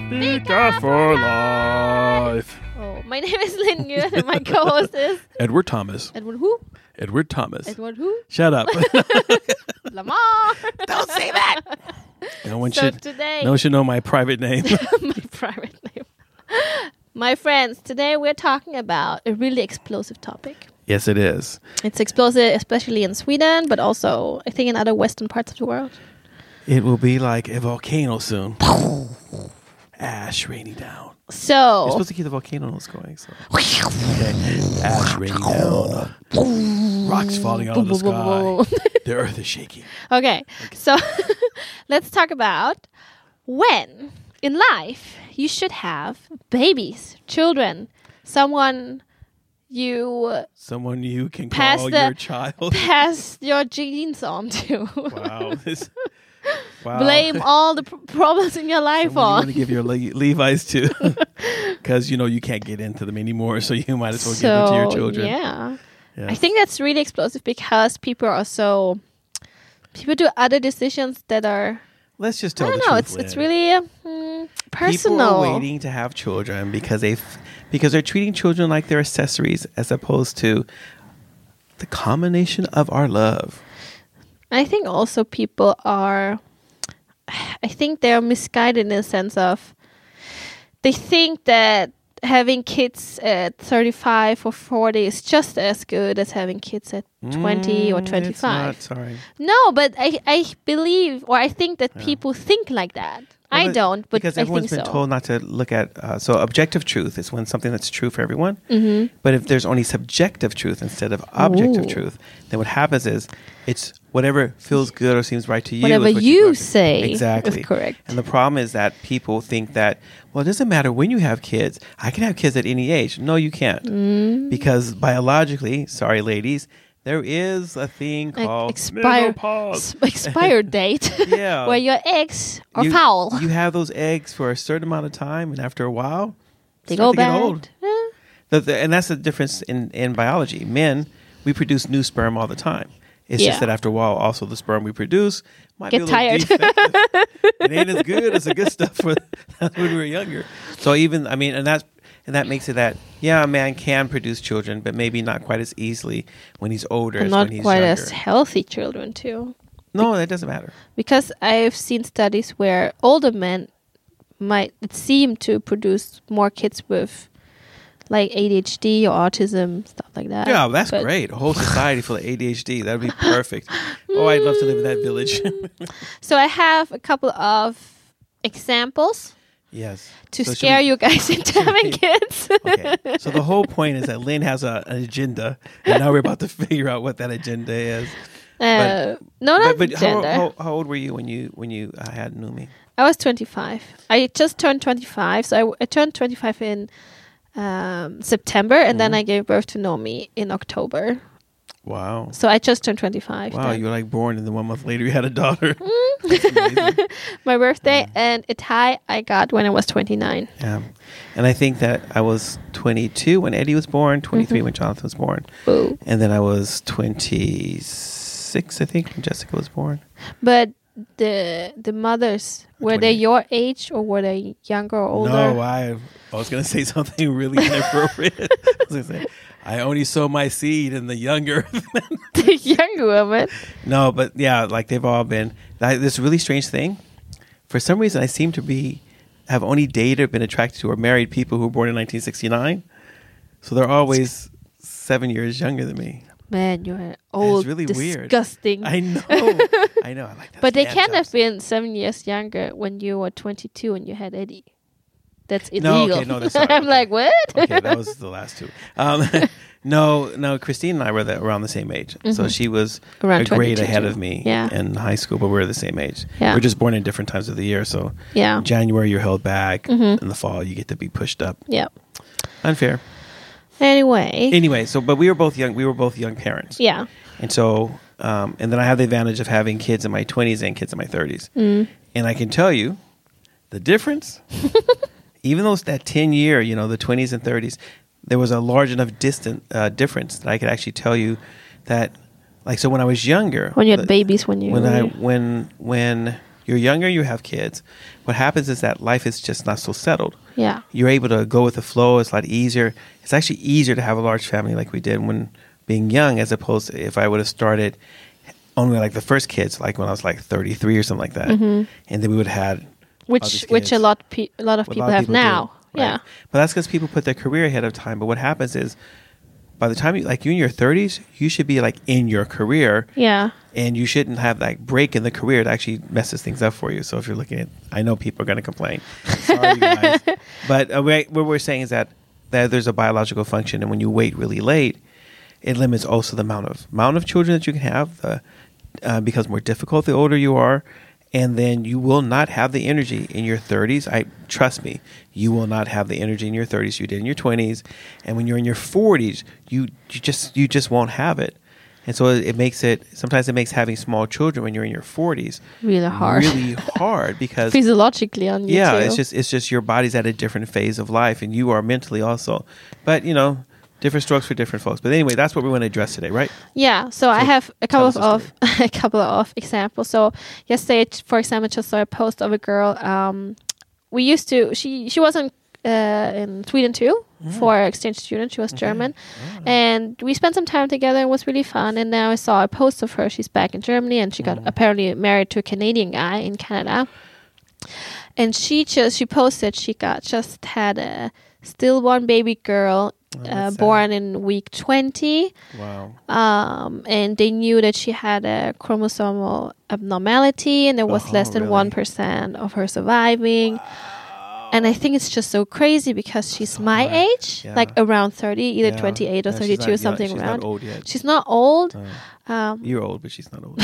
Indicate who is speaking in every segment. Speaker 1: Podcast for Life.
Speaker 2: Oh, my name is Lynn Nguyen and my co-host is
Speaker 1: Edward Thomas.
Speaker 2: Edward who?
Speaker 1: Edward Thomas.
Speaker 2: Edward who?
Speaker 1: Shut up.
Speaker 2: Lamar.
Speaker 1: Don't say that. No one
Speaker 2: so
Speaker 1: should.
Speaker 2: today,
Speaker 1: No one should know my private name.
Speaker 2: my private name. My friends, today we're talking about a really explosive topic.
Speaker 1: yes, it is.
Speaker 2: It's explosive, especially in Sweden, but also I think in other Western parts of the world.
Speaker 1: It will be like a volcano soon. Ash raining down. You're
Speaker 2: So,
Speaker 1: supposed to keep the volcanoes going. So. Okay. Ash raining down. Rocks falling out of the
Speaker 2: Boom, boom, boom,
Speaker 1: sky.
Speaker 2: boom, boom.
Speaker 1: The earth is shaking.
Speaker 2: okay, so let's talk about when in life you should have babies, children, someone you
Speaker 1: Someone you can
Speaker 2: Pass
Speaker 1: call
Speaker 2: the-
Speaker 1: your child.
Speaker 2: pass your genes on to.
Speaker 1: wow. This, wow.
Speaker 2: Blame all the pr- problems in your life
Speaker 1: Someone you want
Speaker 2: on.
Speaker 1: to give your Le- Levi's to, because you know you can't get into them anymore. So you might as well give them to your children.
Speaker 2: yeah.
Speaker 1: Yeah.
Speaker 2: I think that's really explosive because people are so people do other decisions that are
Speaker 1: Let's just
Speaker 2: I
Speaker 1: tell
Speaker 2: don't
Speaker 1: the
Speaker 2: know.
Speaker 1: truth.
Speaker 2: It's it's
Speaker 1: Lynn.
Speaker 2: really uh, mm,
Speaker 1: People are
Speaker 2: personal.
Speaker 1: waiting to have children because they f- because they're treating children like they're accessories as opposed to the combination of our love.
Speaker 2: I think also people are. I think they are misguided in the sense of they think that having kids at 35 or 40 is just as good as having kids at 20 or
Speaker 1: Mm, it's
Speaker 2: 25
Speaker 1: not, sorry,
Speaker 2: No, but I, I believe or I think that people think like that. I
Speaker 1: Well,
Speaker 2: don't, but
Speaker 1: because
Speaker 2: I
Speaker 1: everyone's
Speaker 2: think so.
Speaker 1: been told not to look at. Uh, so objective truth is when something that's true for everyone. Mm-hmm. But if there's only subjective truth instead of objective
Speaker 2: Ooh.
Speaker 1: truth, then what happens is it's whatever feels good or seems right to you. is
Speaker 2: Whatever
Speaker 1: what
Speaker 2: you
Speaker 1: go after.
Speaker 2: say is
Speaker 1: exactly
Speaker 2: correct.
Speaker 1: And the problem is that people think that well, it doesn't matter when you have kids. I can have kids at any age. No, you can't
Speaker 2: Mm.
Speaker 1: because biologically, sorry, ladies. There is a thing
Speaker 2: Like
Speaker 1: called
Speaker 2: expire, s-
Speaker 1: menopause.
Speaker 2: expire date
Speaker 1: Yeah.
Speaker 2: where your eggs are
Speaker 1: you,
Speaker 2: foul.
Speaker 1: You have those eggs for a certain amount of time, and after a while,
Speaker 2: they go
Speaker 1: start to get
Speaker 2: bad. Eh,
Speaker 1: old.
Speaker 2: Yeah.
Speaker 1: The- the- and that's the difference in, in biology. Men, we produce new sperm all the time. It's
Speaker 2: Yeah.
Speaker 1: just that after a while, also the sperm we produce might
Speaker 2: Get
Speaker 1: be a little
Speaker 2: tired.
Speaker 1: defective. it ain't as good as the good stuff for, when we were younger. So even I mean, and that's and that makes it that yeah, a man can produce children, but maybe not quite as easily when he's older.
Speaker 2: And
Speaker 1: as
Speaker 2: not
Speaker 1: when he's
Speaker 2: quite
Speaker 1: younger.
Speaker 2: as healthy children, too.
Speaker 1: No, that doesn't matter.
Speaker 2: Because I've seen studies where older men might seem to produce more kids with like ADHD or autism, stuff like that.
Speaker 1: Yeah, that's
Speaker 2: Uh, But-
Speaker 1: great. A whole society full of ADHD. That would be perfect. oh, I'd love to live in that village.
Speaker 2: So I have a couple of examples
Speaker 1: yes.
Speaker 2: to
Speaker 1: So should
Speaker 2: scare
Speaker 1: we-
Speaker 2: you guys into having kids.
Speaker 1: Okay. So the whole point is that Lynn has a, an agenda, and now we're about to figure out what that agenda is.
Speaker 2: Uh, no, not
Speaker 1: But, but how,
Speaker 2: gender.
Speaker 1: how, how old were you when you when you uh, had Numi?
Speaker 2: I was 25. I just turned 25. So I, I turned 25 in um, September, and
Speaker 1: Mm-hmm.
Speaker 2: then I gave birth to Nomi in October.
Speaker 1: Wow.
Speaker 2: So I just turned 25.
Speaker 1: Wow,
Speaker 2: then.
Speaker 1: you were like born, and then one month later you had a daughter. That's amazing.
Speaker 2: My birthday and a tie I got when I was 29.
Speaker 1: yeah. And I think that I was 22 when Eddie was born, 23
Speaker 2: Mm-hmm.
Speaker 1: when Jonathan was born,
Speaker 2: Boo.
Speaker 1: and then I was 26, I think, when Jessica was born.
Speaker 2: But the the mothers were they
Speaker 1: 28.
Speaker 2: your age or were they younger or older?
Speaker 1: No, I, I was going to say something really inappropriate. I was going to say, I only sow my seed in the younger.
Speaker 2: the younger woman.
Speaker 1: no, but yeah, like they've all been. I, this really strange thing. For some reason, I seem to be, have only dated, been attracted to, or married people who were born in 1969. So they're always seven years younger than me.
Speaker 2: Man, you're an old,
Speaker 1: really weird.
Speaker 2: disgusting.
Speaker 1: I know. I know. I like that.
Speaker 2: But they
Speaker 1: stamp
Speaker 2: can have
Speaker 1: jobs.
Speaker 2: been seven years younger when you were 22 and you had Eddie. That's
Speaker 1: No,
Speaker 2: illegal.
Speaker 1: okay, no, that's not
Speaker 2: I'm
Speaker 1: okay.
Speaker 2: like, what?
Speaker 1: okay, that was the last two. Um, no, no, Christine and I were the, around the same age. So she was
Speaker 2: Mm-hmm. Around
Speaker 1: a grade
Speaker 2: 22,
Speaker 1: ahead of me
Speaker 2: yeah.
Speaker 1: in high school, but we are the same age.
Speaker 2: Yeah.
Speaker 1: We're just born in different times of the year. So
Speaker 2: Yeah. Mm-hmm.
Speaker 1: January, you're held back. In the fall, you get to be pushed up.
Speaker 2: yeah.
Speaker 1: Unfair.
Speaker 2: Anyway.
Speaker 1: Anyway, so, but we were both young. We were both young parents.
Speaker 2: yeah.
Speaker 1: And so, um, and then I have the advantage of having kids in my 20s and kids in my 30s.
Speaker 2: Mm.
Speaker 1: And I can tell you the difference, even though it's that 10 year, you know, the 20s and 30s, there was a large enough distant uh, difference that I could actually tell you that, like, so when I was younger,
Speaker 2: When you had
Speaker 1: the-
Speaker 2: babies, when you
Speaker 1: when I
Speaker 2: were
Speaker 1: when when You're younger, you have kids. What happens is that life is just not so settled.
Speaker 2: Yeah.
Speaker 1: You're able to go with the flow. It's a lot easier. It's actually easier to have a large family like we did when being young, as opposed to if I would have started only like the first kids, like when I was like 33 or something like that, and then we would have had
Speaker 2: Mm-hmm. Which
Speaker 1: these
Speaker 2: which a
Speaker 1: kids.
Speaker 2: lot pe- a lot of
Speaker 1: what a
Speaker 2: people
Speaker 1: lot
Speaker 2: have
Speaker 1: of do,
Speaker 2: now.
Speaker 1: right?
Speaker 2: Yeah.
Speaker 1: But that's because people put their career ahead of time. But what happens is, by the time you like you in your 30s, you should be like in your career
Speaker 2: Yeah.
Speaker 1: and you shouldn't have that break in the career that actually messes things up for you. So if you're looking at, I know people are going to complain. Sorry, you guys. But uh, we- what we're saying is that, that there's a biological function, and when you wait really late, it limits also the amount of amount of children that you can have. The uh, becomes more difficult the older you are, and then you will not have the energy in your 30s. I trust me, you will not have the energy in your 30s you did in your 20s, and when you're in your 40s, you you just you just won't have it. And so it makes it sometimes it makes having small children when you're in your 40s
Speaker 2: Really hard.
Speaker 1: really hard because
Speaker 2: Physiologically on you
Speaker 1: yeah,
Speaker 2: too.
Speaker 1: it's just it's just your body's at a different phase of life and you are mentally also. But you know, different strokes for different folks. But anyway, that's what we want to address today, right?
Speaker 2: Yeah, so I
Speaker 1: So
Speaker 2: have a
Speaker 1: tell
Speaker 2: couple
Speaker 1: us
Speaker 2: of,
Speaker 1: a
Speaker 2: of a couple of examples. So yesterday, t- for example, I just saw a post of a girl. Um, we used to she she was in uh, in Sweden too
Speaker 1: Mm.
Speaker 2: for exchange student. She was
Speaker 1: Mm-hmm.
Speaker 2: German, and we spent some time together. It was really fun. And now I saw a post of her. She's back in Germany, and she got
Speaker 1: Mm.
Speaker 2: apparently married to a Canadian guy in Canada. And she just she posted she got just had a still one baby girl uh,
Speaker 1: Oh, that's sad.
Speaker 2: born in week twenty
Speaker 1: Wow.
Speaker 2: um, and they knew that she had a chromosomal abnormality and there was
Speaker 1: Oh,
Speaker 2: less than
Speaker 1: really?
Speaker 2: 1% of her surviving and i think it's just so crazy because she's my
Speaker 1: hard.
Speaker 2: age
Speaker 1: Yeah.
Speaker 2: like around 30 either
Speaker 1: Yeah.
Speaker 2: 28 or
Speaker 1: Yeah, she's
Speaker 2: 32
Speaker 1: not
Speaker 2: or
Speaker 1: young.
Speaker 2: something
Speaker 1: she's
Speaker 2: around
Speaker 1: Not old yet.
Speaker 2: she's not old
Speaker 1: No.
Speaker 2: um,
Speaker 1: You're old, but she's not old.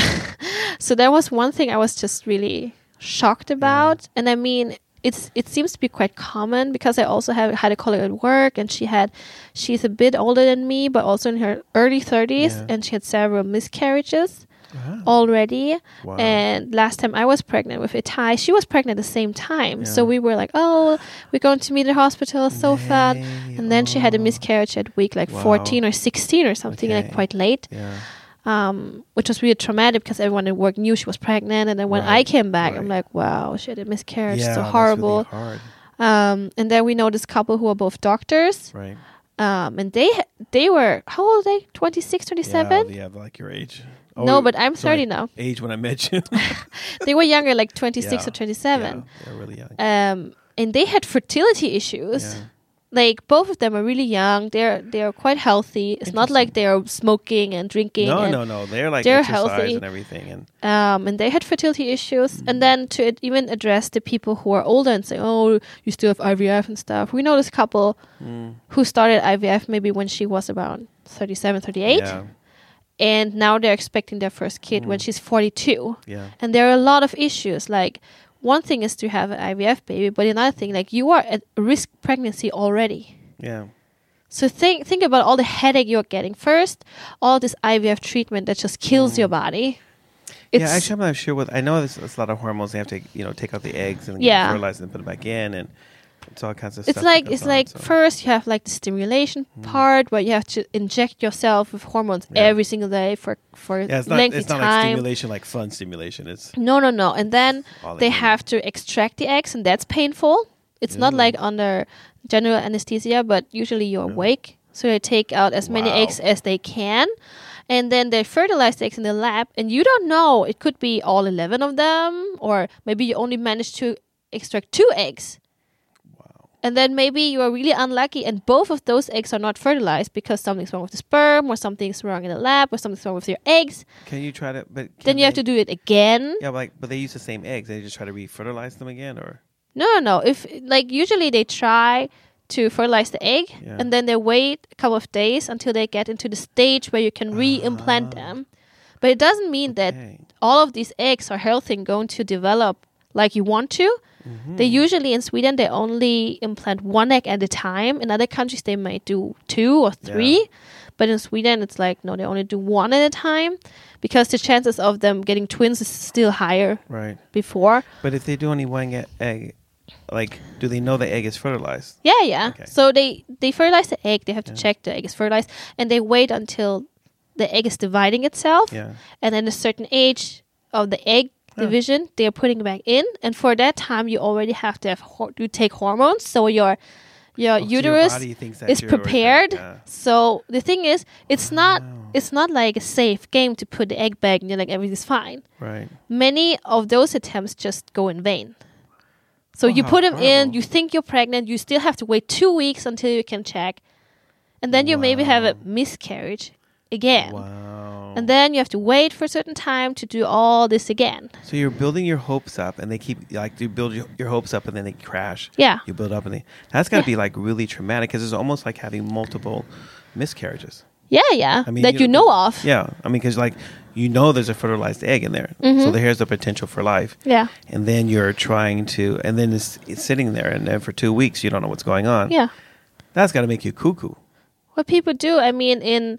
Speaker 2: so that was one thing I was just really shocked about. And I mean, it's it seems to be quite common because I also have had a colleague at work, and she had she's a bit older than me, but also in her early thirties,
Speaker 1: Yeah.
Speaker 2: and she had several miscarriages
Speaker 1: Wow.
Speaker 2: already.
Speaker 1: Wow.
Speaker 2: And last time I was pregnant with Itai, she was pregnant at the same time. So
Speaker 1: Yeah.
Speaker 2: we were like, "Oh, we're going to meet at hospital, so fun."
Speaker 1: Nay,
Speaker 2: And then she had a
Speaker 1: oh.
Speaker 2: miscarriage at week like
Speaker 1: Wow.
Speaker 2: fourteen or sixteen or something, like
Speaker 1: Okay.
Speaker 2: quite late
Speaker 1: yeah.
Speaker 2: um, which was really traumatic because everyone at work knew she was pregnant. And then when I
Speaker 1: Right,
Speaker 2: came back, I'm
Speaker 1: right.
Speaker 2: like, wow, she had a miscarriage,
Speaker 1: yeah, that's
Speaker 2: so horrible.
Speaker 1: really hard.
Speaker 2: um, and then we know this couple who are both doctors,
Speaker 1: Right.
Speaker 2: um, and they ha- they were how old are they? 26, 27?
Speaker 1: Yeah, yeah, like your age.
Speaker 2: No, but I'm
Speaker 1: sorry,
Speaker 2: 30 now.
Speaker 1: Age when I met you.
Speaker 2: they were younger, like twenty six
Speaker 1: Yeah,
Speaker 2: or twenty seven.
Speaker 1: Yeah, they're really young.
Speaker 2: Um, and they had fertility issues.
Speaker 1: Yeah.
Speaker 2: Like both of them are really young. They're they're quite healthy. It's not like they're smoking and drinking.
Speaker 1: No,
Speaker 2: and
Speaker 1: no, no. They're like
Speaker 2: they're
Speaker 1: exercise
Speaker 2: healthy.
Speaker 1: and everything, and
Speaker 2: um, and they had fertility issues.
Speaker 1: Mm.
Speaker 2: And then to ad- even address the people who are older and say, "Oh, you still have IVF and stuff." We know this couple
Speaker 1: Mm.
Speaker 2: who started IVF maybe when she was around 37, 38,
Speaker 1: yeah, Mm.
Speaker 2: and now they're expecting their first kid when she's 42.
Speaker 1: yeah,
Speaker 2: And there are a lot of issues. Like one thing is to have an IVF baby, but another thing, like you are at risk pregnancy already.
Speaker 1: yeah.
Speaker 2: So think think about all the headache you're getting first, all this IVF treatment that just kills your body. It's,
Speaker 1: Mm. yeah, actually, I'm not sure what I know. There's, there's a lot of hormones. They have to, you know, take out the eggs and
Speaker 2: Yeah.
Speaker 1: fertilize and put them back in, and it's all kinds of.
Speaker 2: it's
Speaker 1: stuff
Speaker 2: like
Speaker 1: that
Speaker 2: it's
Speaker 1: goes on,
Speaker 2: like
Speaker 1: so-
Speaker 2: first you have like the stimulation part where you have to inject yourself with hormones
Speaker 1: Mm. Yeah.
Speaker 2: every single day for for
Speaker 1: Yeah, it's not.
Speaker 2: lengthy
Speaker 1: It's not like
Speaker 2: time.
Speaker 1: stimulation, like fun stimulation. It's
Speaker 2: no, no, no. And then
Speaker 1: All
Speaker 2: they
Speaker 1: in.
Speaker 2: have to extract the eggs, and that's painful. It's not
Speaker 1: Ew.
Speaker 2: like under general anesthesia, but usually you're awake, so they take out as many
Speaker 1: Wow.
Speaker 2: eggs as they can, and then they fertilize the eggs in the lab, and you don't know. It could be all eleven of them, or maybe you only managed to extract two eggs. And then maybe you are really unlucky, and both of those eggs are not fertilized because something's wrong with the sperm, or something's wrong in the lab, or something's wrong with your eggs.
Speaker 1: can you try to? But
Speaker 2: Then you have to do it again.
Speaker 1: Yeah, but like, but they use the same eggs. They just try to refertilize them again, or
Speaker 2: No, no, no. If like usually they try to fertilize the egg
Speaker 1: Yeah.
Speaker 2: and then they wait a couple of days until they get into the stage where you can re-implant them. But it doesn't mean that
Speaker 1: Ah. Okay.
Speaker 2: all of these eggs are healthy and going to develop like you want to.
Speaker 1: Mm-hmm.
Speaker 2: They
Speaker 1: Hmm.
Speaker 2: usually in Sweden they only implant one egg at a time. In other countries they might do two or
Speaker 1: Yeah.
Speaker 2: three. But in Sweden it's like no, they only do one at a time because the chances of them getting twins is still higher
Speaker 1: right?
Speaker 2: before.
Speaker 1: But if they do only one e- egg, like, do they know the egg is fertilized?
Speaker 2: Yeah, yeah.
Speaker 1: Okay.
Speaker 2: So they they fertilize the egg. They have to check the egg is fertilized, and they wait until the egg is dividing itself,
Speaker 1: Yeah,
Speaker 2: and then a certain age of the egg
Speaker 1: Yeah.
Speaker 2: division they're putting back in and for that time you already have to have hor- you take hormones so your your
Speaker 1: Oh, so your
Speaker 2: uterus
Speaker 1: body thinks that
Speaker 2: is
Speaker 1: you're already-
Speaker 2: prepared
Speaker 1: yeah.
Speaker 2: so the thing is it's not it's not like a safe game to put the egg back and you're like everything's fine
Speaker 1: Right.
Speaker 2: many of those attempts just go in vain. So you
Speaker 1: Oh,
Speaker 2: put them in,
Speaker 1: incredible.
Speaker 2: you think you're pregnant, you still have to wait two weeks until you can check, and then you maybe have a miscarriage again,
Speaker 1: Wow.
Speaker 2: and then you have to wait for a certain time to do all this again.
Speaker 1: so you're building your hopes up, and they keep like you build your, your hopes up, and then they crash.
Speaker 2: Yeah.
Speaker 1: You build up, and they that's got to
Speaker 2: Yeah.
Speaker 1: be like really traumatic because it's almost like having multiple miscarriages.
Speaker 2: Yeah, yeah,
Speaker 1: I mean,
Speaker 2: that you know of.
Speaker 1: Yeah, I mean, because like you know, there's a fertilized egg in there, so
Speaker 2: Mm-hmm.
Speaker 1: there's the potential for life.
Speaker 2: Yeah.
Speaker 1: and then you're trying to, and then it's, it's sitting there, and then for two weeks you don't know what's going on.
Speaker 2: yeah.
Speaker 1: that's got to make you cuckoo.
Speaker 2: what people do. I mean, in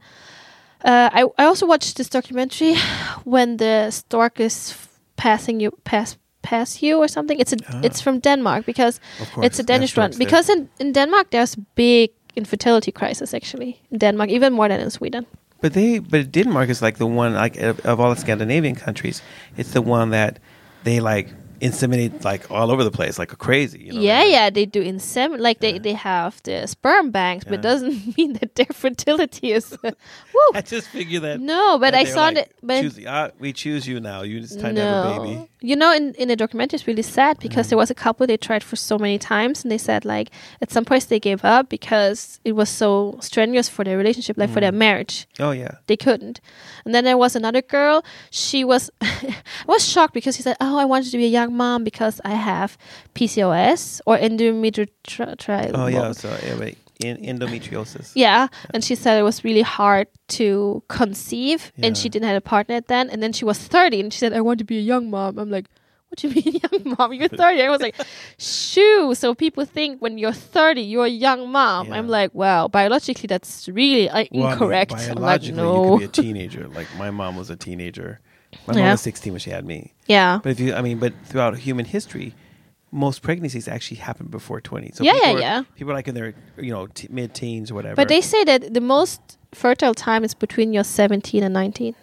Speaker 2: uh, I I also watched this documentary when the stork is f- passing you pass pass you or something. It's a it's from Denmark because
Speaker 1: Ah. Of course,
Speaker 2: it's a
Speaker 1: they have
Speaker 2: Danish one.
Speaker 1: storks there.
Speaker 2: Because in in Denmark there's big infertility crisis actually in Denmark even more than in Sweden.
Speaker 1: But they, but Denmark is like the one like of, of all the Scandinavian countries, it's the one that they like inseminate like all over the place, like crazy. You know?
Speaker 2: yeah, yeah, they do insemin like they they have the sperm banks, but
Speaker 1: Yeah.
Speaker 2: doesn't mean that their fertility is. woo.
Speaker 1: I just figure that.
Speaker 2: No, but
Speaker 1: that
Speaker 2: I
Speaker 1: they're
Speaker 2: saw that- but-
Speaker 1: choose- ah, we choose you now. You it's time to have a baby. Mm-hmm.
Speaker 2: You know, in, in the documentary, it's really sad because there was a couple they tried for so many times, and they said like at some point they gave up because it was so strenuous for their relationship, like for their marriage.
Speaker 1: Oh yeah.
Speaker 2: They couldn't. And then there was another girl. She was, I was shocked because she said, "Oh, I wanted to be a young mom because I have PCOS or endometrial."
Speaker 1: Oh yeah. So yeah, wait. In, endometriosis.
Speaker 2: Yeah, and she said it was really hard to conceive, and
Speaker 1: Yeah.
Speaker 2: she didn't have a partner then. And then she was thirty, and she said, "I want to be a young mom." I'm like, "What do you mean, young mom? You're 30. I was like, "Shoo!" So people think when you're thirty, you're a young mom. I'm
Speaker 1: Yeah.
Speaker 2: like, "Wow, biologically, that's really uh,
Speaker 1: Well, I mean,
Speaker 2: incorrect." I'm like,
Speaker 1: biologically,
Speaker 2: no.
Speaker 1: you could be a teenager. Like my mom was a teenager. My
Speaker 2: Yeah.
Speaker 1: mom was 16 when she had me.
Speaker 2: yeah,
Speaker 1: But if you, I mean, but throughout human history, most pregnancies actually happen before 20. So
Speaker 2: Yeah,
Speaker 1: people
Speaker 2: yeah,
Speaker 1: are,
Speaker 2: yeah.
Speaker 1: People are like in their, you know, t- mid-teens or whatever.
Speaker 2: but they say that the most fertile time is between your 17 and 19.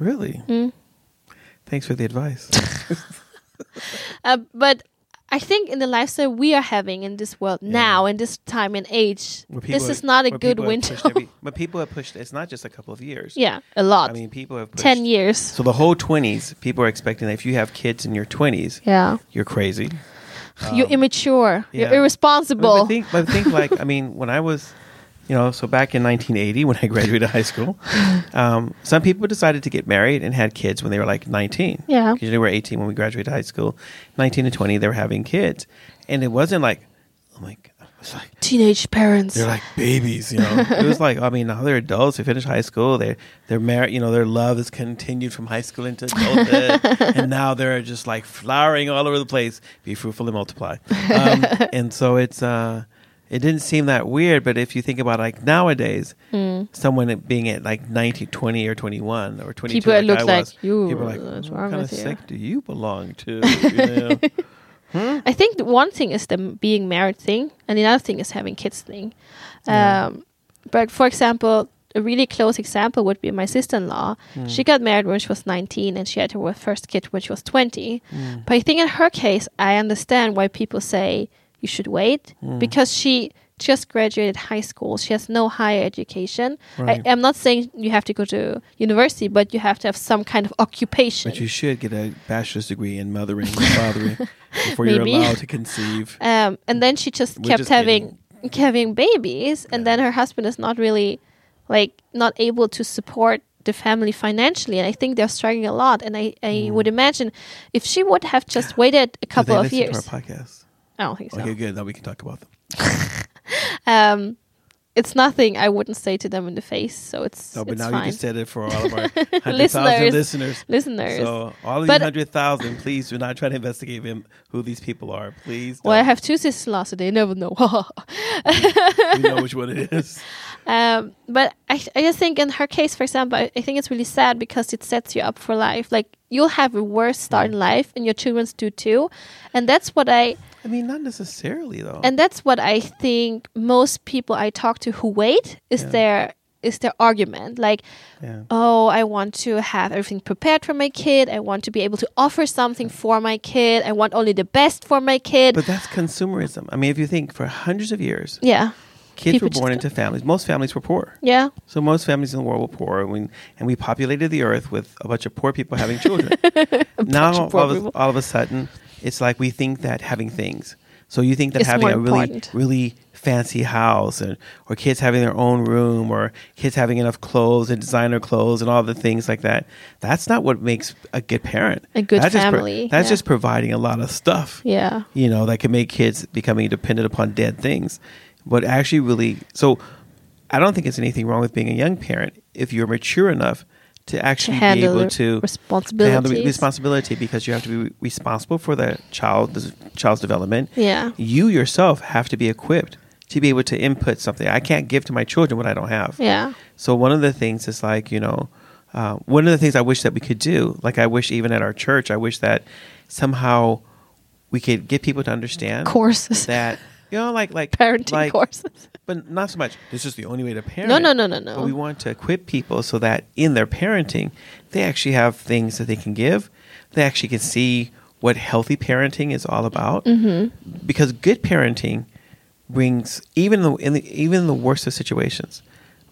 Speaker 1: really.
Speaker 2: Mm.
Speaker 1: Thanks for the advice.
Speaker 2: Uh, but I think in the lifestyle we are having in this world now, in this time and age,
Speaker 1: Where
Speaker 2: this
Speaker 1: people-
Speaker 2: is not a
Speaker 1: where
Speaker 2: good
Speaker 1: people have pushed
Speaker 2: window.
Speaker 1: every- but people have pushed. It's not just a couple of years.
Speaker 2: yeah, a lot.
Speaker 1: I mean, people have pushed.
Speaker 2: 10 years.
Speaker 1: So the whole 20s, people are expecting that if you have kids in your 20s,
Speaker 2: Yeah.
Speaker 1: you're crazy.
Speaker 2: you're immature.
Speaker 1: um, yeah.
Speaker 2: You're irresponsible.
Speaker 1: But think, but think like I mean, when I was, you know, so back in 1980 when I graduated high school, um, some people decided to get married and had kids when they were like 19.
Speaker 2: Yeah.
Speaker 1: 'Cause they were 18 when we graduated high school, 19 and 20 they were having kids, and it wasn't like, oh my god, it's like
Speaker 2: Teenage parents.
Speaker 1: they're like babies, you know. it was like I mean, now they're adults. They finish high school. They they're married. You know, their love is continued from high school into adulthood, and now they're just like flowering all over the place. Be fruitful and multiply. Um, and so it's uh, it didn't seem that weird, but if you think about like nowadays,
Speaker 2: Hmm.
Speaker 1: someone at- being at like 19, 20 or twenty one or twenty two,
Speaker 2: People
Speaker 1: like
Speaker 2: look
Speaker 1: I
Speaker 2: like,
Speaker 1: was,
Speaker 2: "You,
Speaker 1: people are like, "Mm,
Speaker 2: what's
Speaker 1: what
Speaker 2: wrong
Speaker 1: kind of
Speaker 2: with you?"
Speaker 1: sect do you belong to? You know?
Speaker 2: I think the one thing is the m- being married thing, and another thing is having kids thing. Um,
Speaker 1: Yeah.
Speaker 2: But for example, a really close example would be my sister in law.
Speaker 1: Hmm.
Speaker 2: She got married when she was 19 and she had her first kid when she was 20.
Speaker 1: Hmm?
Speaker 2: But I think in her case, I understand why people say you should wait
Speaker 1: Mm.
Speaker 2: because she just graduated high school. She has no higher education.
Speaker 1: Right.
Speaker 2: I, I'm not saying you have to go to university, but you have to have some kind of occupation.
Speaker 1: But you should get a bachelor's degree in mothering and fathering before you're
Speaker 2: Maybe.
Speaker 1: allowed to conceive.
Speaker 2: Um, and then she just
Speaker 1: We're
Speaker 2: kept
Speaker 1: just
Speaker 2: having having babies, and then her husband is not really like not able to support the family financially, and I think they're struggling a lot. And I, I would imagine if she would have just waited a couple
Speaker 1: Mm. they
Speaker 2: of years,
Speaker 1: listen
Speaker 2: Oh,
Speaker 1: To our podcast.
Speaker 2: I don't think so.
Speaker 1: Okay, good. Now we can talk about them.
Speaker 2: Um, it's nothing I wouldn't say to them in the face, so it's
Speaker 1: No, but
Speaker 2: it's
Speaker 1: now
Speaker 2: fine.
Speaker 1: you just said it for all of our hundred
Speaker 2: Listeners.
Speaker 1: thousand listeners.
Speaker 2: Listeners,
Speaker 1: So all of
Speaker 2: But-
Speaker 1: you hundred thousand, please do not try to investigate him who these people are. Please,
Speaker 2: well, I
Speaker 1: don't.
Speaker 2: have two sisters, so they never know.
Speaker 1: we know which one it is.
Speaker 2: Um, but I, I just think in her case, for example, I, I think it's really sad because it sets you up for life. Like you'll have a worse start
Speaker 1: Mm.
Speaker 2: in life, and your childrens do too. And that's what I
Speaker 1: I mean, not necessarily though.
Speaker 2: and that's what I think most people I talk to who wait is
Speaker 1: Yeah.
Speaker 2: their is their argument. Like,
Speaker 1: Yeah.
Speaker 2: oh, I want to have everything prepared for my kid. I want to be able to offer something for my kid. I want only the best for my kid.
Speaker 1: But that's consumerism. I mean, if you think for hundreds of years,
Speaker 2: yeah.
Speaker 1: kids
Speaker 2: People
Speaker 1: were born
Speaker 2: just-
Speaker 1: into families. Most families were poor.
Speaker 2: Yeah.
Speaker 1: So most families in the world were poor, and we, and we populated the earth with a bunch of poor people having children. now
Speaker 2: bunch of
Speaker 1: all,
Speaker 2: poor
Speaker 1: of,
Speaker 2: people.
Speaker 1: a- all of a sudden, it's like we think that having things. So you think that
Speaker 2: It's
Speaker 1: having
Speaker 2: more
Speaker 1: a really
Speaker 2: important.
Speaker 1: really fancy house, and or kids having their own room, or kids having enough clothes and designer clothes and all the things like that. That's not what makes a good parent.
Speaker 2: A good
Speaker 1: that's
Speaker 2: family,
Speaker 1: Just pro- that's
Speaker 2: yeah.
Speaker 1: just providing a lot of stuff
Speaker 2: Yeah.
Speaker 1: you know, that can make kids becoming dependent upon dead things. But actually, really, so I don't think it's anything wrong with being a young parent if you're mature enough to actually be
Speaker 2: handle
Speaker 1: able
Speaker 2: the
Speaker 1: to to handle the
Speaker 2: responsibilities.
Speaker 1: responsibility because you have to be responsible for the child, the child's development.
Speaker 2: Yeah.
Speaker 1: You yourself have to be equipped to be able to input something. I can't give to my children what I don't have.
Speaker 2: Yeah.
Speaker 1: So one of the things is like you know, uh, one of the things I wish that we could do, like I wish even at our church, I wish that somehow we could get people to understand
Speaker 2: Courses.
Speaker 1: that you know, like like
Speaker 2: Parenting
Speaker 1: like,
Speaker 2: courses.
Speaker 1: but not so much. This is the only way to parent.
Speaker 2: no, no, no, no.
Speaker 1: But we want to equip people so that in their parenting, they actually have things that they can give. They actually can see what healthy parenting is all about. Mm-hmm. Because good parenting brings even the, in the even in the worst of situations,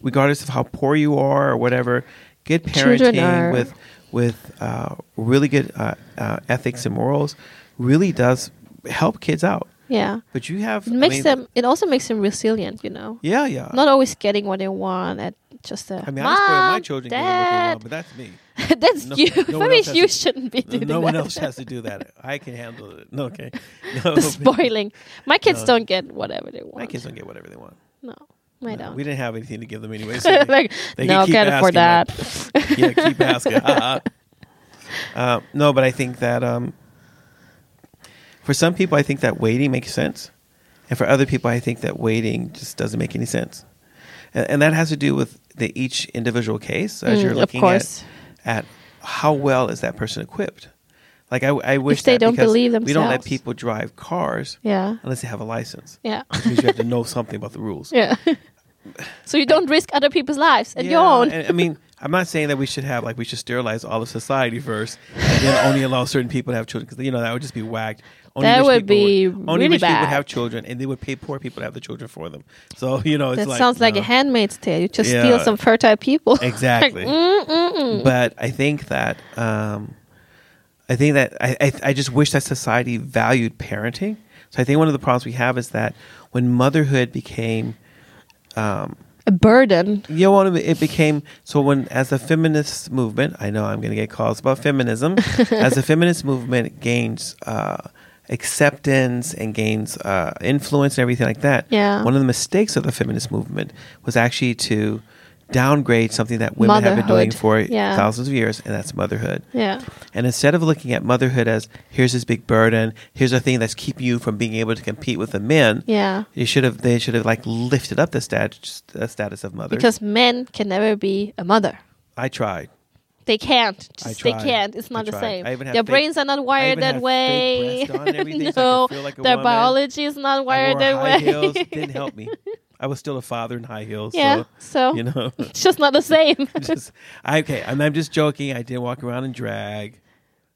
Speaker 1: regardless of how poor you are or whatever. Good
Speaker 2: Children
Speaker 1: parenting
Speaker 2: are-
Speaker 1: with with uh, really good uh, uh, ethics and morals really does help kids out.
Speaker 2: Yeah.
Speaker 1: But you have
Speaker 2: It
Speaker 1: I
Speaker 2: makes
Speaker 1: mean-
Speaker 2: them. It also makes them resilient. You know.
Speaker 1: Yeah, yeah.
Speaker 2: Not always getting what they want at just a
Speaker 1: I mean,
Speaker 2: mom,
Speaker 1: I spoil my children getting what they
Speaker 2: dad.
Speaker 1: want, but that's me.
Speaker 2: that's
Speaker 1: No-
Speaker 2: you.
Speaker 1: no one
Speaker 2: Maybe
Speaker 1: else has
Speaker 2: you
Speaker 1: to-
Speaker 2: shouldn't be doing
Speaker 1: no one
Speaker 2: that.
Speaker 1: else has to do that. I can handle it. No, okay. No,
Speaker 2: the spoiling. My kids
Speaker 1: No.
Speaker 2: don't get whatever they want.
Speaker 1: My kids don't get whatever they want.
Speaker 2: No, I
Speaker 1: No,
Speaker 2: don't.
Speaker 1: we didn't have anything to give them anyway. So they,
Speaker 2: like,
Speaker 1: they
Speaker 2: no,
Speaker 1: can keep
Speaker 2: can't afford that.
Speaker 1: asking, yeah, keep asking. uh, no, but I think that um, for some people, I think that waiting makes sense, and for other people, I think that waiting just doesn't make any sense, and, and that has to do with the each individual case as
Speaker 2: Mm,
Speaker 1: you're
Speaker 2: of
Speaker 1: looking
Speaker 2: course.
Speaker 1: at at how well is that person equipped. Like I, I wish
Speaker 2: they
Speaker 1: that
Speaker 2: don't
Speaker 1: because
Speaker 2: believe
Speaker 1: we don't let
Speaker 2: themselves.
Speaker 1: people drive cars
Speaker 2: yeah,
Speaker 1: unless they have a license.
Speaker 2: yeah,
Speaker 1: Which means you have to know something about the rules.
Speaker 2: yeah. so you don't risk other people's lives and
Speaker 1: Yeah,
Speaker 2: your own.
Speaker 1: And, I mean, I'm not saying that we should have like we should sterilize all of society first, and then only allow certain people to have children because you know that would just be whacked. Only
Speaker 2: That
Speaker 1: rich
Speaker 2: would
Speaker 1: people
Speaker 2: be
Speaker 1: only
Speaker 2: really
Speaker 1: rich people
Speaker 2: bad.
Speaker 1: would have children, and they would pay poor people to have the children for them. So you know, it's
Speaker 2: that
Speaker 1: like,
Speaker 2: sounds like
Speaker 1: no.
Speaker 2: a Handmaid's Tale. You just steal
Speaker 1: Yeah.
Speaker 2: some fertile people.
Speaker 1: Exactly.
Speaker 2: mm.
Speaker 1: But I think that um, I think that I, I I just wish that society valued parenting. So I think one of the problems we have is that when motherhood became
Speaker 2: a burden.
Speaker 1: you know what it became so when as the feminist movement i know i'm going to get calls about feminism as the feminist movement gains uh, acceptance and gains uh, influence and everything like that
Speaker 2: Yeah.
Speaker 1: one of the mistakes of the feminist movement was actually to downgrade something that women have been doing
Speaker 2: Motherhood.
Speaker 1: for
Speaker 2: Yeah.
Speaker 1: thousands of years and that's motherhood
Speaker 2: Yeah.
Speaker 1: and instead of looking at motherhood as here's this big burden, here's a thing that's keeping you from being able to compete with the men,
Speaker 2: Yeah.
Speaker 1: you should have they should have like lifted up the stat, uh, status of mother.
Speaker 2: Because men can never be a mother.
Speaker 1: I tried.
Speaker 2: They can't.
Speaker 1: I
Speaker 2: Just- they
Speaker 1: tried.
Speaker 2: can't. It's
Speaker 1: I
Speaker 2: not the
Speaker 1: tried.
Speaker 2: same.
Speaker 1: I even have
Speaker 2: Their
Speaker 1: fake-
Speaker 2: brains are not
Speaker 1: I
Speaker 2: wired
Speaker 1: even
Speaker 2: that
Speaker 1: have
Speaker 2: way.
Speaker 1: fake breast on and everything, so I
Speaker 2: no,
Speaker 1: could feel like a
Speaker 2: their
Speaker 1: woman.
Speaker 2: biology is not
Speaker 1: I
Speaker 2: wired
Speaker 1: wore
Speaker 2: that
Speaker 1: high
Speaker 2: way.
Speaker 1: heels. Didn't help me. I was still a father in high heels.
Speaker 2: yeah. So,
Speaker 1: so you know,
Speaker 2: it's just not the same.
Speaker 1: just I, okay. I'm, I'm just joking. I did walk around in drag.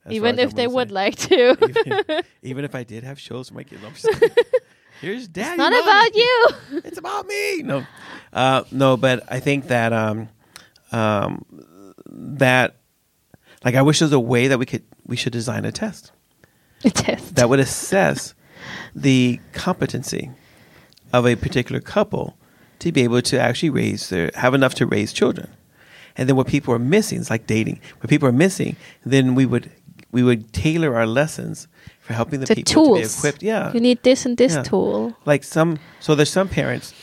Speaker 1: As
Speaker 2: Even
Speaker 1: far as
Speaker 2: if
Speaker 1: I'm
Speaker 2: they
Speaker 1: gonna
Speaker 2: would
Speaker 1: say.
Speaker 2: like to.
Speaker 1: even, even if I did have shows for my kids, I'm just kidding. here's daddy.
Speaker 2: not
Speaker 1: mommy.
Speaker 2: about you.
Speaker 1: it's about me. No, uh, no, but I think that um, um, that like I wish there was a way that we could we should design a test
Speaker 2: A test.
Speaker 1: that would assess the competency of a particular couple to be able to actually raise their have enough to raise children. And then what people are missing is like dating. What people are missing, then we would we would tailor our lessons for helping the,
Speaker 2: the
Speaker 1: people
Speaker 2: tools.
Speaker 1: to be equipped. Yeah
Speaker 2: You need this and this
Speaker 1: Yeah.
Speaker 2: tool.
Speaker 1: like some so there's some parents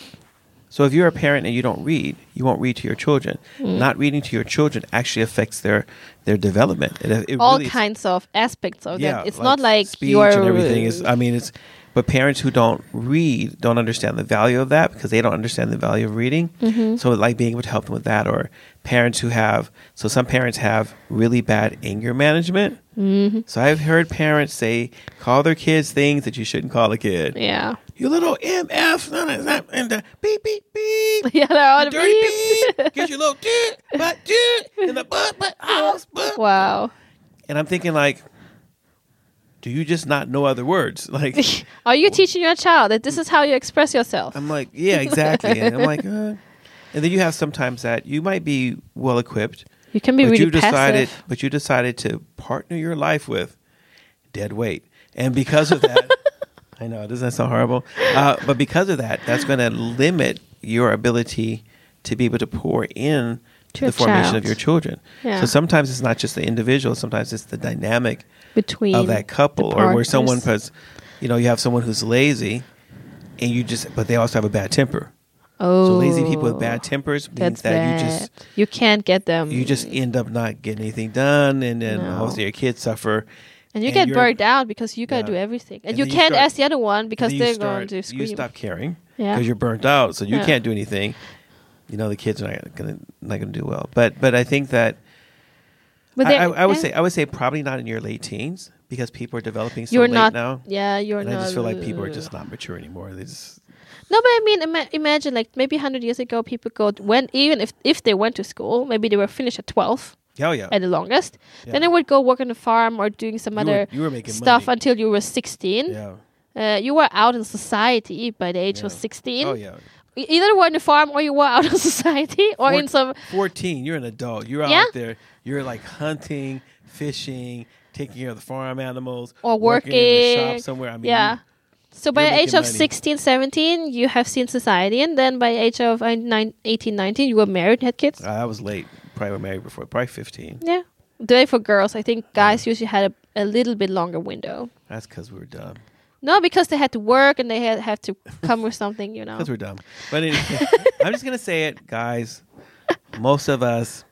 Speaker 1: so if you're a parent and you don't read you won't read to your children
Speaker 2: Mm.
Speaker 1: not reading to your children actually affects their their development it, it
Speaker 2: All
Speaker 1: really-
Speaker 2: kinds of aspects of
Speaker 1: yeah
Speaker 2: Oh, that. It's not like
Speaker 1: speech
Speaker 2: you are
Speaker 1: and everything is um, i mean it's but parents who don't read don't understand the value of that because they don't understand the value of reading
Speaker 2: Mm-hmm.
Speaker 1: so like being able to help them with that or parents who have so some parents have really bad anger management
Speaker 2: Mm-hmm.
Speaker 1: so i've heard parents say call their kids things that you shouldn't call a kid
Speaker 2: yeah.
Speaker 1: you little MF, no, no, no, and uh, beep, beep, beep.
Speaker 2: yeah, they're all
Speaker 1: You dirty
Speaker 2: the
Speaker 1: pig. Get your little dick, butt, dick, in the butt, butt, house, butt.
Speaker 2: Wow.
Speaker 1: And I'm thinking like, do you just not know other words? Like,
Speaker 2: Are you teaching your child that
Speaker 1: mm.
Speaker 2: this is how you express yourself?
Speaker 1: I'm like, yeah, exactly. And I'm like, uh. and then you have sometimes that you might be well equipped,
Speaker 2: you can be
Speaker 1: but
Speaker 2: really
Speaker 1: you decided,
Speaker 2: passive.
Speaker 1: but you decided to partner your life with dead weight, and because of that, I know doesn't that sound horrible? Uh, but because of that, that's going to limit your ability to be able to pour in to
Speaker 2: To a
Speaker 1: the formation
Speaker 2: child.
Speaker 1: of your children.
Speaker 2: Yeah.
Speaker 1: So sometimes it's not just the individual; sometimes it's the dynamic
Speaker 2: between
Speaker 1: of that couple
Speaker 2: the
Speaker 1: or where someone
Speaker 2: partners.
Speaker 1: puts you know you have someone who's lazy and you just but they also have a bad temper
Speaker 2: Oh,
Speaker 1: so lazy people with bad tempers
Speaker 2: That's
Speaker 1: means that
Speaker 2: bad.
Speaker 1: you just
Speaker 2: you can't get them.
Speaker 1: you just end up not getting anything done and then
Speaker 2: No.
Speaker 1: obviously your kids suffer
Speaker 2: and you
Speaker 1: and
Speaker 2: get
Speaker 1: you're-
Speaker 2: burnt out because you gotta
Speaker 1: Yeah.
Speaker 2: do everything, and,
Speaker 1: And
Speaker 2: you
Speaker 1: then you
Speaker 2: can't
Speaker 1: start-
Speaker 2: ask the other one because
Speaker 1: Then
Speaker 2: they're
Speaker 1: you start-
Speaker 2: going to scream.
Speaker 1: you stop caring
Speaker 2: Yeah.
Speaker 1: because you're burnt out so you
Speaker 2: Yeah.
Speaker 1: can't do anything you know the kids are not gonna not gonna do well but but i think that
Speaker 2: But
Speaker 1: I, I,
Speaker 2: they're-
Speaker 1: I would
Speaker 2: eh,
Speaker 1: say i would say probably not in your late teens because people are developing so
Speaker 2: you're
Speaker 1: late
Speaker 2: not.
Speaker 1: now
Speaker 2: Yeah, you're
Speaker 1: and
Speaker 2: not.
Speaker 1: i just feel like people are just not mature anymore they just
Speaker 2: No, but I mean, ima- imagine like maybe hundred years ago, people go when even if if they went to school, maybe they were finished at twelve
Speaker 1: oh yeah
Speaker 2: at the longest. Then
Speaker 1: Yeah.
Speaker 2: they would go work on the farm or doing some
Speaker 1: You were-
Speaker 2: other
Speaker 1: you were making
Speaker 2: stuff
Speaker 1: money.
Speaker 2: until you were sixteen.
Speaker 1: yeah
Speaker 2: Uh, you were out in society by the age of
Speaker 1: Yeah.
Speaker 2: sixteen.
Speaker 1: Oh yeah.
Speaker 2: E- Either you were on the farm or you were out in society or
Speaker 1: Four-
Speaker 2: in some
Speaker 1: Fourteen, you're an adult. You're
Speaker 2: Yeah.
Speaker 1: out there. You're like hunting, fishing, taking care of the farm animals,
Speaker 2: or working.
Speaker 1: in the shop somewhere. I mean,
Speaker 2: yeah. So by
Speaker 1: you're
Speaker 2: the age
Speaker 1: making
Speaker 2: of
Speaker 1: money.
Speaker 2: sixteen, seventeen, 16, 17, you have seen society. And then by the age of uh, nine, 18, 19, you were married and had kids.
Speaker 1: you- Uh, I was late. Probably were married before. Probably fifteen.
Speaker 2: Yeah. Today for girls, I think guys usually had a, a little bit longer window.
Speaker 1: That's because we were dumb.
Speaker 2: No, because they had to work and they had have to come with something, you know.
Speaker 1: Because we're dumb. But anyway, I'm just gonna say it, guys. Most of us,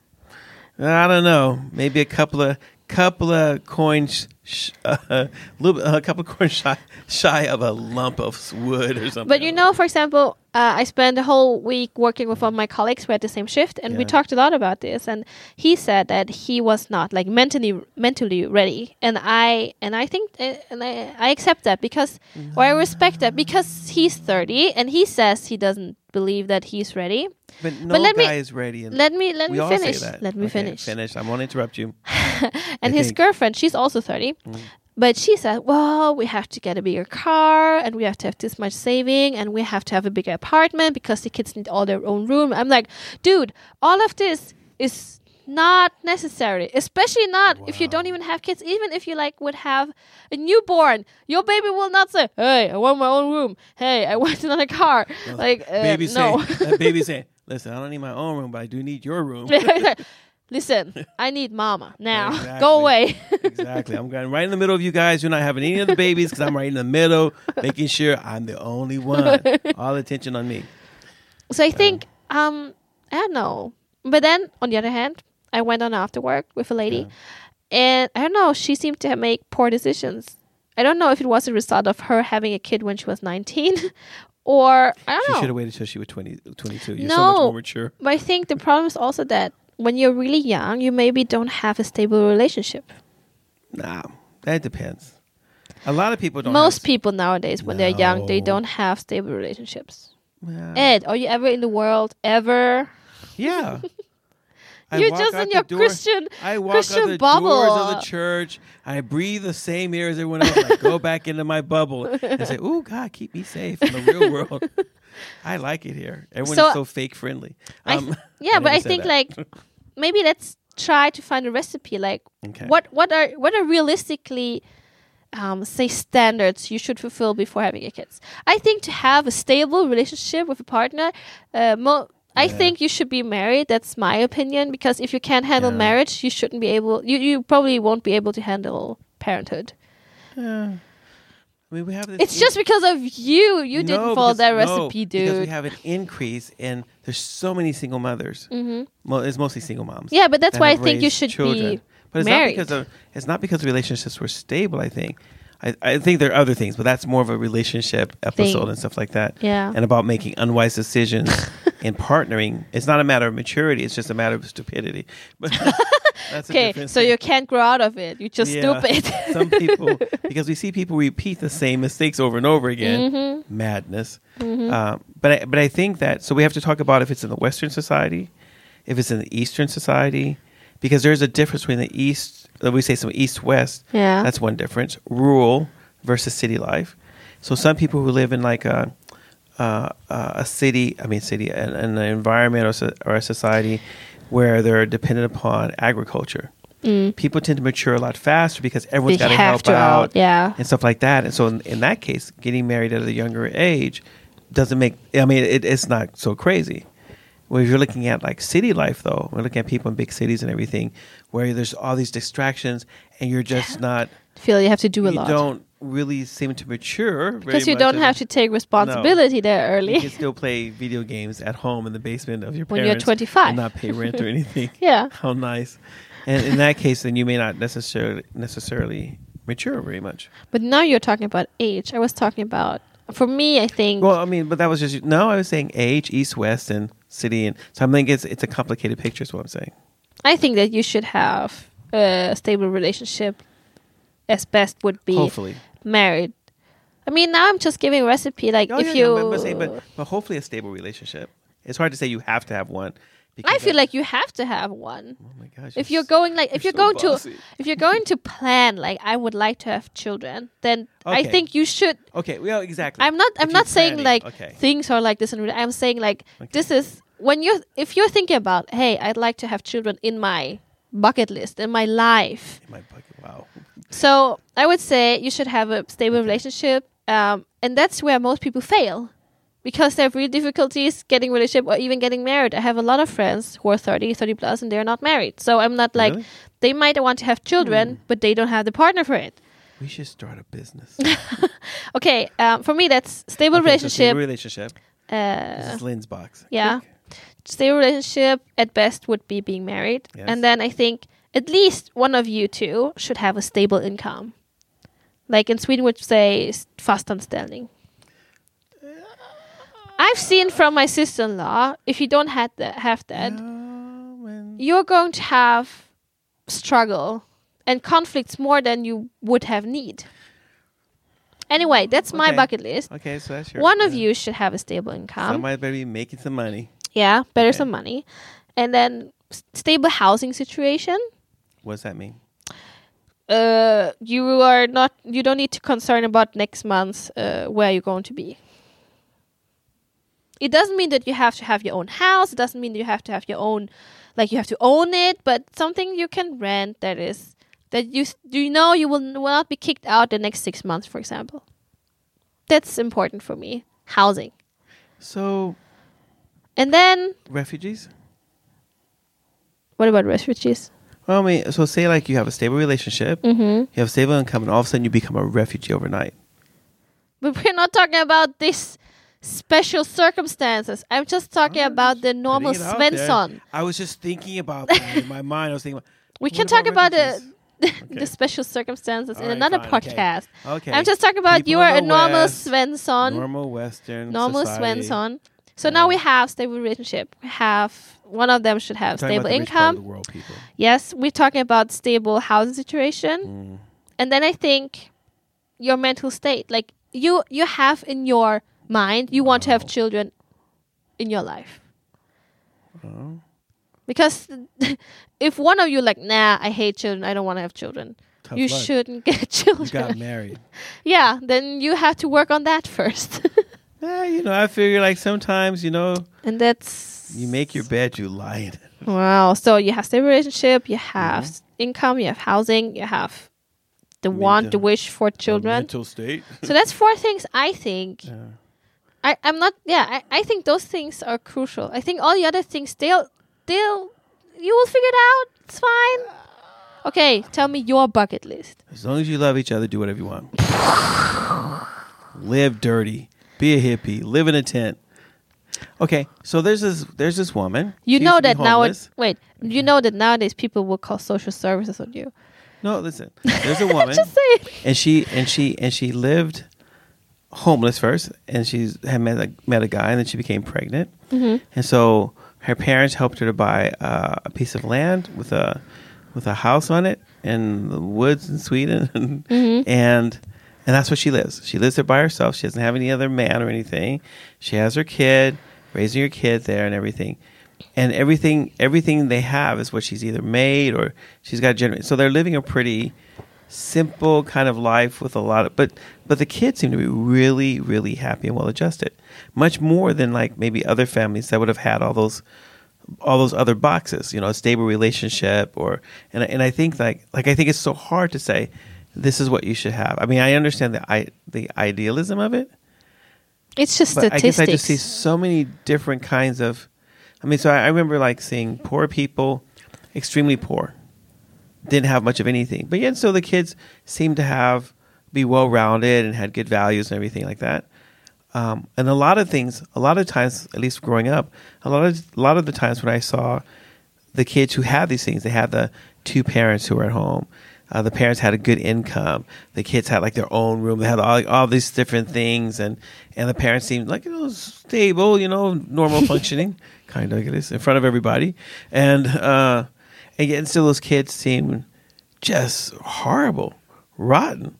Speaker 1: I don't know, maybe a couple of couple of coins, sh- uh, little, a couple of coins shy, shy of a lump of wood or something.
Speaker 2: But you know, for example, uh, I spent the whole week working with one of my colleagues. We had the same shift, and we
Speaker 1: Yeah.
Speaker 2: talked a lot about this. And he said that he was not like mentally mentally ready, and I and I think eh, and I, I accept that because or I
Speaker 1: Mm.
Speaker 2: respect that because he's thirty and he says he doesn't believe that he's ready.
Speaker 1: but no
Speaker 2: let me-
Speaker 1: guy is ready. And
Speaker 2: Let me let
Speaker 1: we
Speaker 2: me
Speaker 1: all
Speaker 2: finish.
Speaker 1: say that.
Speaker 2: Let me
Speaker 1: Okay,
Speaker 2: finish.
Speaker 1: Finish. I won't interrupt you.
Speaker 2: and
Speaker 1: I
Speaker 2: his
Speaker 1: think- Mm.
Speaker 2: girlfriend, she's also 30. But she said, well, we have to get a bigger car and we have to have this much saving and we have to have a bigger apartment because the kids need all their own room. I'm like, dude, all of this is not necessary, especially not if you don't even have kids. Even if you like would have a newborn, your baby will not say, hey, I want my own room. Hey, I want another car. Like, uh,
Speaker 1: baby
Speaker 2: no.
Speaker 1: saying, that baby saying, listen, I don't need my own room, but I do need your room.
Speaker 2: Listen, I need mama now.
Speaker 1: Exactly.
Speaker 2: Go away.
Speaker 1: exactly. I'm going right in the middle of you guys. You're not having any of the babies because I'm right in the middle, making sure I'm the only one. All attention on me.
Speaker 2: So I
Speaker 1: Uh.
Speaker 2: think um I don't know. But then on the other hand, I went on after work with a lady and I don't know, she seemed to make poor decisions. I don't know if it was a result of her having a kid when she was 19 or I
Speaker 1: She
Speaker 2: don't
Speaker 1: should
Speaker 2: know.
Speaker 1: have waited till she was 20, 22. You're so much
Speaker 2: Oh. No.
Speaker 1: more mature.
Speaker 2: But I think the problem is also that when you're really young, you maybe don't have a stable relationship.
Speaker 1: Nah, that depends. A lot of people don't.
Speaker 2: Most
Speaker 1: have,
Speaker 2: people nowadays when they're young, they
Speaker 1: No.
Speaker 2: don't have stable relationships.
Speaker 1: people.
Speaker 2: Ed, are you ever in the world ever?
Speaker 1: Yeah. I
Speaker 2: You're
Speaker 1: walk
Speaker 2: just
Speaker 1: out
Speaker 2: in
Speaker 1: the
Speaker 2: your
Speaker 1: door-
Speaker 2: Christian-
Speaker 1: I walk
Speaker 2: Christian
Speaker 1: out the doors of
Speaker 2: bubble.
Speaker 1: the church. I breathe the same air as everyone else. I go back into my bubble and say, "Oh God, keep me safe from the real world." I like it here. Everyone
Speaker 2: So-
Speaker 1: is so Um, fake friendly.
Speaker 2: I th- yeah,
Speaker 1: I
Speaker 2: but
Speaker 1: never
Speaker 2: I
Speaker 1: said
Speaker 2: think
Speaker 1: that.
Speaker 2: like maybe let's try to find a recipe. Like
Speaker 1: Okay.
Speaker 2: what what are what are realistically um, say standards you should fulfill before having your kids. I think to have a stable relationship with a partner, uh, mo- I
Speaker 1: Yeah.
Speaker 2: think you should be married. That's my opinion because if you can't handle
Speaker 1: Yeah.
Speaker 2: marriage, you shouldn't be able. You you probably won't be able to handle parenthood.
Speaker 1: Yeah. I Uh, mean, we have this.
Speaker 2: It's just because of you. You didn't
Speaker 1: No,
Speaker 2: follow that
Speaker 1: because- no,
Speaker 2: recipe,
Speaker 1: Because we
Speaker 2: dude.
Speaker 1: have an increase in there's so many single mothers.
Speaker 2: Mhm.
Speaker 1: Well, it's mostly single moms.
Speaker 2: Yeah, but that's
Speaker 1: that
Speaker 2: why I
Speaker 1: have
Speaker 2: think you
Speaker 1: raised
Speaker 2: should
Speaker 1: children.
Speaker 2: be
Speaker 1: but it's
Speaker 2: married.
Speaker 1: Not because of, it's not because relationships were stable. I think. I, I think there are other things, but that's more of a relationship episode
Speaker 2: Thing.
Speaker 1: and stuff like that.
Speaker 2: Yeah.
Speaker 1: And about making unwise decisions and partnering. It's not a matter of maturity. It's just a matter of stupidity. But That's a
Speaker 2: Okay,
Speaker 1: different
Speaker 2: so
Speaker 1: thing.
Speaker 2: you can't grow out of it. You're just
Speaker 1: Yeah.
Speaker 2: stupid.
Speaker 1: Some people, because we see people repeat the same mistakes over and over again, madness. Um, but I, but I think that so we have to talk about if it's in the Western society, if it's in the Eastern society, because there's a difference between the East. uh, We say some East West.
Speaker 2: Yeah.
Speaker 1: that's one difference. Rural versus city life. So some people who live in like a uh, uh, a city, I mean city, an, an environment or, so, or a society where they're dependent upon agriculture.
Speaker 2: Mm.
Speaker 1: People tend to mature a lot faster because everyone's got to help out,
Speaker 2: Yeah.
Speaker 1: and stuff like that. And so in, in that case, getting married at a younger age doesn't make. I mean, it, it's not so crazy. Well, if you're looking at like city life, though, we're looking at people in big cities and everything, where there's all these distractions, and you're just not.
Speaker 2: Feel you have to do a
Speaker 1: you
Speaker 2: lot.
Speaker 1: don't really seem to mature
Speaker 2: because you don't have to take responsibility there
Speaker 1: You can
Speaker 2: early.
Speaker 1: still play video games at home in the basement of your
Speaker 2: When
Speaker 1: parents
Speaker 2: you're 25.
Speaker 1: and not pay rent or anything.
Speaker 2: yeah.
Speaker 1: How nice! And in that case, then you may not necessarily necessarily mature very much.
Speaker 2: But now you're talking about age. I was talking about for me I think
Speaker 1: Well, I mean, but that was just no. I was saying age, east, west, and city, and so I think it's it's a complicated picture. Is what I'm saying.
Speaker 2: I think that you should have a stable relationship as best would be
Speaker 1: Hopefully,
Speaker 2: married. I mean now I'm just giving recipe like
Speaker 1: No,
Speaker 2: if
Speaker 1: Oh, yeah,
Speaker 2: you
Speaker 1: no, but, but, say- but but hopefully a stable relationship. It's hard to say you have to have one.
Speaker 2: I feel
Speaker 1: that-
Speaker 2: like you have to have one.
Speaker 1: oh my gosh,
Speaker 2: If
Speaker 1: you're
Speaker 2: you're going like if
Speaker 1: you're
Speaker 2: you're,
Speaker 1: so
Speaker 2: going
Speaker 1: bossy.
Speaker 2: to if you're going to plan like I would like to have children, then I
Speaker 1: Okay.
Speaker 2: think you should
Speaker 1: s- okay. Well, exactly.
Speaker 2: I'm not. I'm
Speaker 1: you're
Speaker 2: not saying
Speaker 1: planning.
Speaker 2: like
Speaker 1: Okay.
Speaker 2: things are like this, and I'm saying like this is when you're if you're thinking about, hey, I'd like to have children in my bucket list in my life.
Speaker 1: In my bucket. Wow.
Speaker 2: So I would say you should have a stable relationship, um, and that's where most people fail because they have real difficulties getting relationship or even getting married. I have a lot of friends who are 30, 30 plus, and they're not married. So I'm not like
Speaker 1: Really? Hmm.
Speaker 2: they might want to have children, but they don't have the partner for it.
Speaker 1: We should start a business.
Speaker 2: Okay, um, for me that's stable
Speaker 1: Okay, so
Speaker 2: relationship.
Speaker 1: stable relationship.
Speaker 2: uh,
Speaker 1: This is Lynn's box.
Speaker 2: yeah.
Speaker 1: Click.
Speaker 2: stable relationship at best would be being married
Speaker 1: Yes.
Speaker 2: and then i think at least one of you two should have a stable income like in sweden would say s- fast anställning
Speaker 1: Uh,
Speaker 2: i've seen from my sister-in-law if you don't had that, have that
Speaker 1: Um, and-
Speaker 2: you're going to have struggle and conflicts more than you would have need anyway that's my
Speaker 1: Okay.
Speaker 2: bucket list
Speaker 1: okay, so that's your
Speaker 2: one of
Speaker 1: yeah.
Speaker 2: you should have a stable income
Speaker 1: Somebody better be making some money.
Speaker 2: yeah, better
Speaker 1: Okay.
Speaker 2: some money. And then s- stable housing situation.
Speaker 1: What does that mean?
Speaker 2: Uh, you are not. You don't need to concern about next month's uh, where you're going to be. It doesn't mean that you have to have your own house. It doesn't mean you have to have your own, like you have to own it. But something you can rent that is that you s- you know you will n- will not be kicked out the next six months, for example. That's important for me. Housing,
Speaker 1: So
Speaker 2: and then
Speaker 1: refugees.
Speaker 2: what about refugees?
Speaker 1: Well, I mean, so say like you have a stable relationship,
Speaker 2: Mm-hmm.
Speaker 1: you have stable income, and all of a sudden you become a refugee overnight.
Speaker 2: But we're not talking about this special circumstances. I'm just talking
Speaker 1: I'm
Speaker 2: about the normal
Speaker 1: Ah, Putting it out there.
Speaker 2: Svensson.
Speaker 1: I was just thinking about that in my mind. I was thinking.
Speaker 2: We
Speaker 1: What
Speaker 2: can
Speaker 1: about
Speaker 2: talk about the,
Speaker 1: refugees? Okay.
Speaker 2: the special circumstances in
Speaker 1: Alright,
Speaker 2: another
Speaker 1: fine, okay.
Speaker 2: podcast.
Speaker 1: About, okay,
Speaker 2: I'm just talking about
Speaker 1: People
Speaker 2: you are a
Speaker 1: in the
Speaker 2: normal
Speaker 1: West,
Speaker 2: Svensson.
Speaker 1: normal Western,
Speaker 2: Normal
Speaker 1: society.
Speaker 2: Svensson. So
Speaker 1: Yeah.
Speaker 2: now we have stable relationship. We have one of them should have
Speaker 1: Talking about
Speaker 2: stable
Speaker 1: the rich part of
Speaker 2: income.
Speaker 1: the world, people.
Speaker 2: Yes, we're talking about stable housing situation.
Speaker 1: Mm.
Speaker 2: and then i think your mental state like you you have in your mind you want to have
Speaker 1: Wow.
Speaker 2: children in your life
Speaker 1: Oh.
Speaker 2: because if one of you like nah i hate children i don't want to have children
Speaker 1: Tough
Speaker 2: you
Speaker 1: luck.
Speaker 2: shouldn't get
Speaker 1: You
Speaker 2: children
Speaker 1: got married.
Speaker 2: yeah then you have to work on that first
Speaker 1: Yeah, Eh, you know, I figure like sometimes, you know,
Speaker 2: and that's
Speaker 1: you make your bed, you lie in it.
Speaker 2: wow so you have stable relationship you have s
Speaker 1: Mm-hmm.
Speaker 2: income you have housing you have the
Speaker 1: Need
Speaker 2: want
Speaker 1: the-
Speaker 2: the wish for children
Speaker 1: Mental state.
Speaker 2: so that's four things i think
Speaker 1: Yeah.
Speaker 2: I, I'm not. Yeah, I, I think those things are crucial. I think all the other things they'll they'll you will figure it out. It's
Speaker 1: Uh,
Speaker 2: fine. Okay, tell me your bucket list.
Speaker 1: As long as you love each other, do whatever you want. Live dirty. Be a hippie. Live in a tent. Okay, so there's this there's this woman.
Speaker 2: You
Speaker 1: She used
Speaker 2: know
Speaker 1: to be
Speaker 2: that now.
Speaker 1: homeless.
Speaker 2: Wait, you know that nowadays people will call social services on you.
Speaker 1: No, listen. There's a woman,
Speaker 2: Just say
Speaker 1: and she and she and she lived homeless first, and she's had met a, met a guy, and then she became pregnant, and so her parents helped her to buy uh, a piece of land with a with a house on it in the woods in Sweden, and and that's where she lives. She lives there by herself. She doesn't have any other man or anything. She has her kid, raising her kid there, and everything. And everything, everything they have is what she's either made or she's got generated. So they're living a pretty simple kind of life with a lot of, but but the kids seem to be really, really happy and well adjusted, much more than like maybe other families that would have had all those all those other boxes, you know, a stable relationship or and I- and I think like like I think it's so hard to say this is what you should have. I mean, I understand the I, the idealism of it,
Speaker 2: It's just
Speaker 1: but I
Speaker 2: statistics.
Speaker 1: guess I just see so many different kinds of. I mean, so I, I remember like seeing poor people, extremely poor, didn't have much of anything, but yet so the kids seemed to have be well rounded and had good values and everything like that. Um, and a lot of things, a lot of times, at least growing up, a lot of a lot of the times when I saw the kids who had these things, they had the two parents who were at home. Uh, the parents had a good income. The kids had like their own room. They had all all these different things, and and the parents seemed like you know stable, you know, normal functioning, kind of like this in front of everybody, and uh, and yet still those kids seem just horrible, rotten.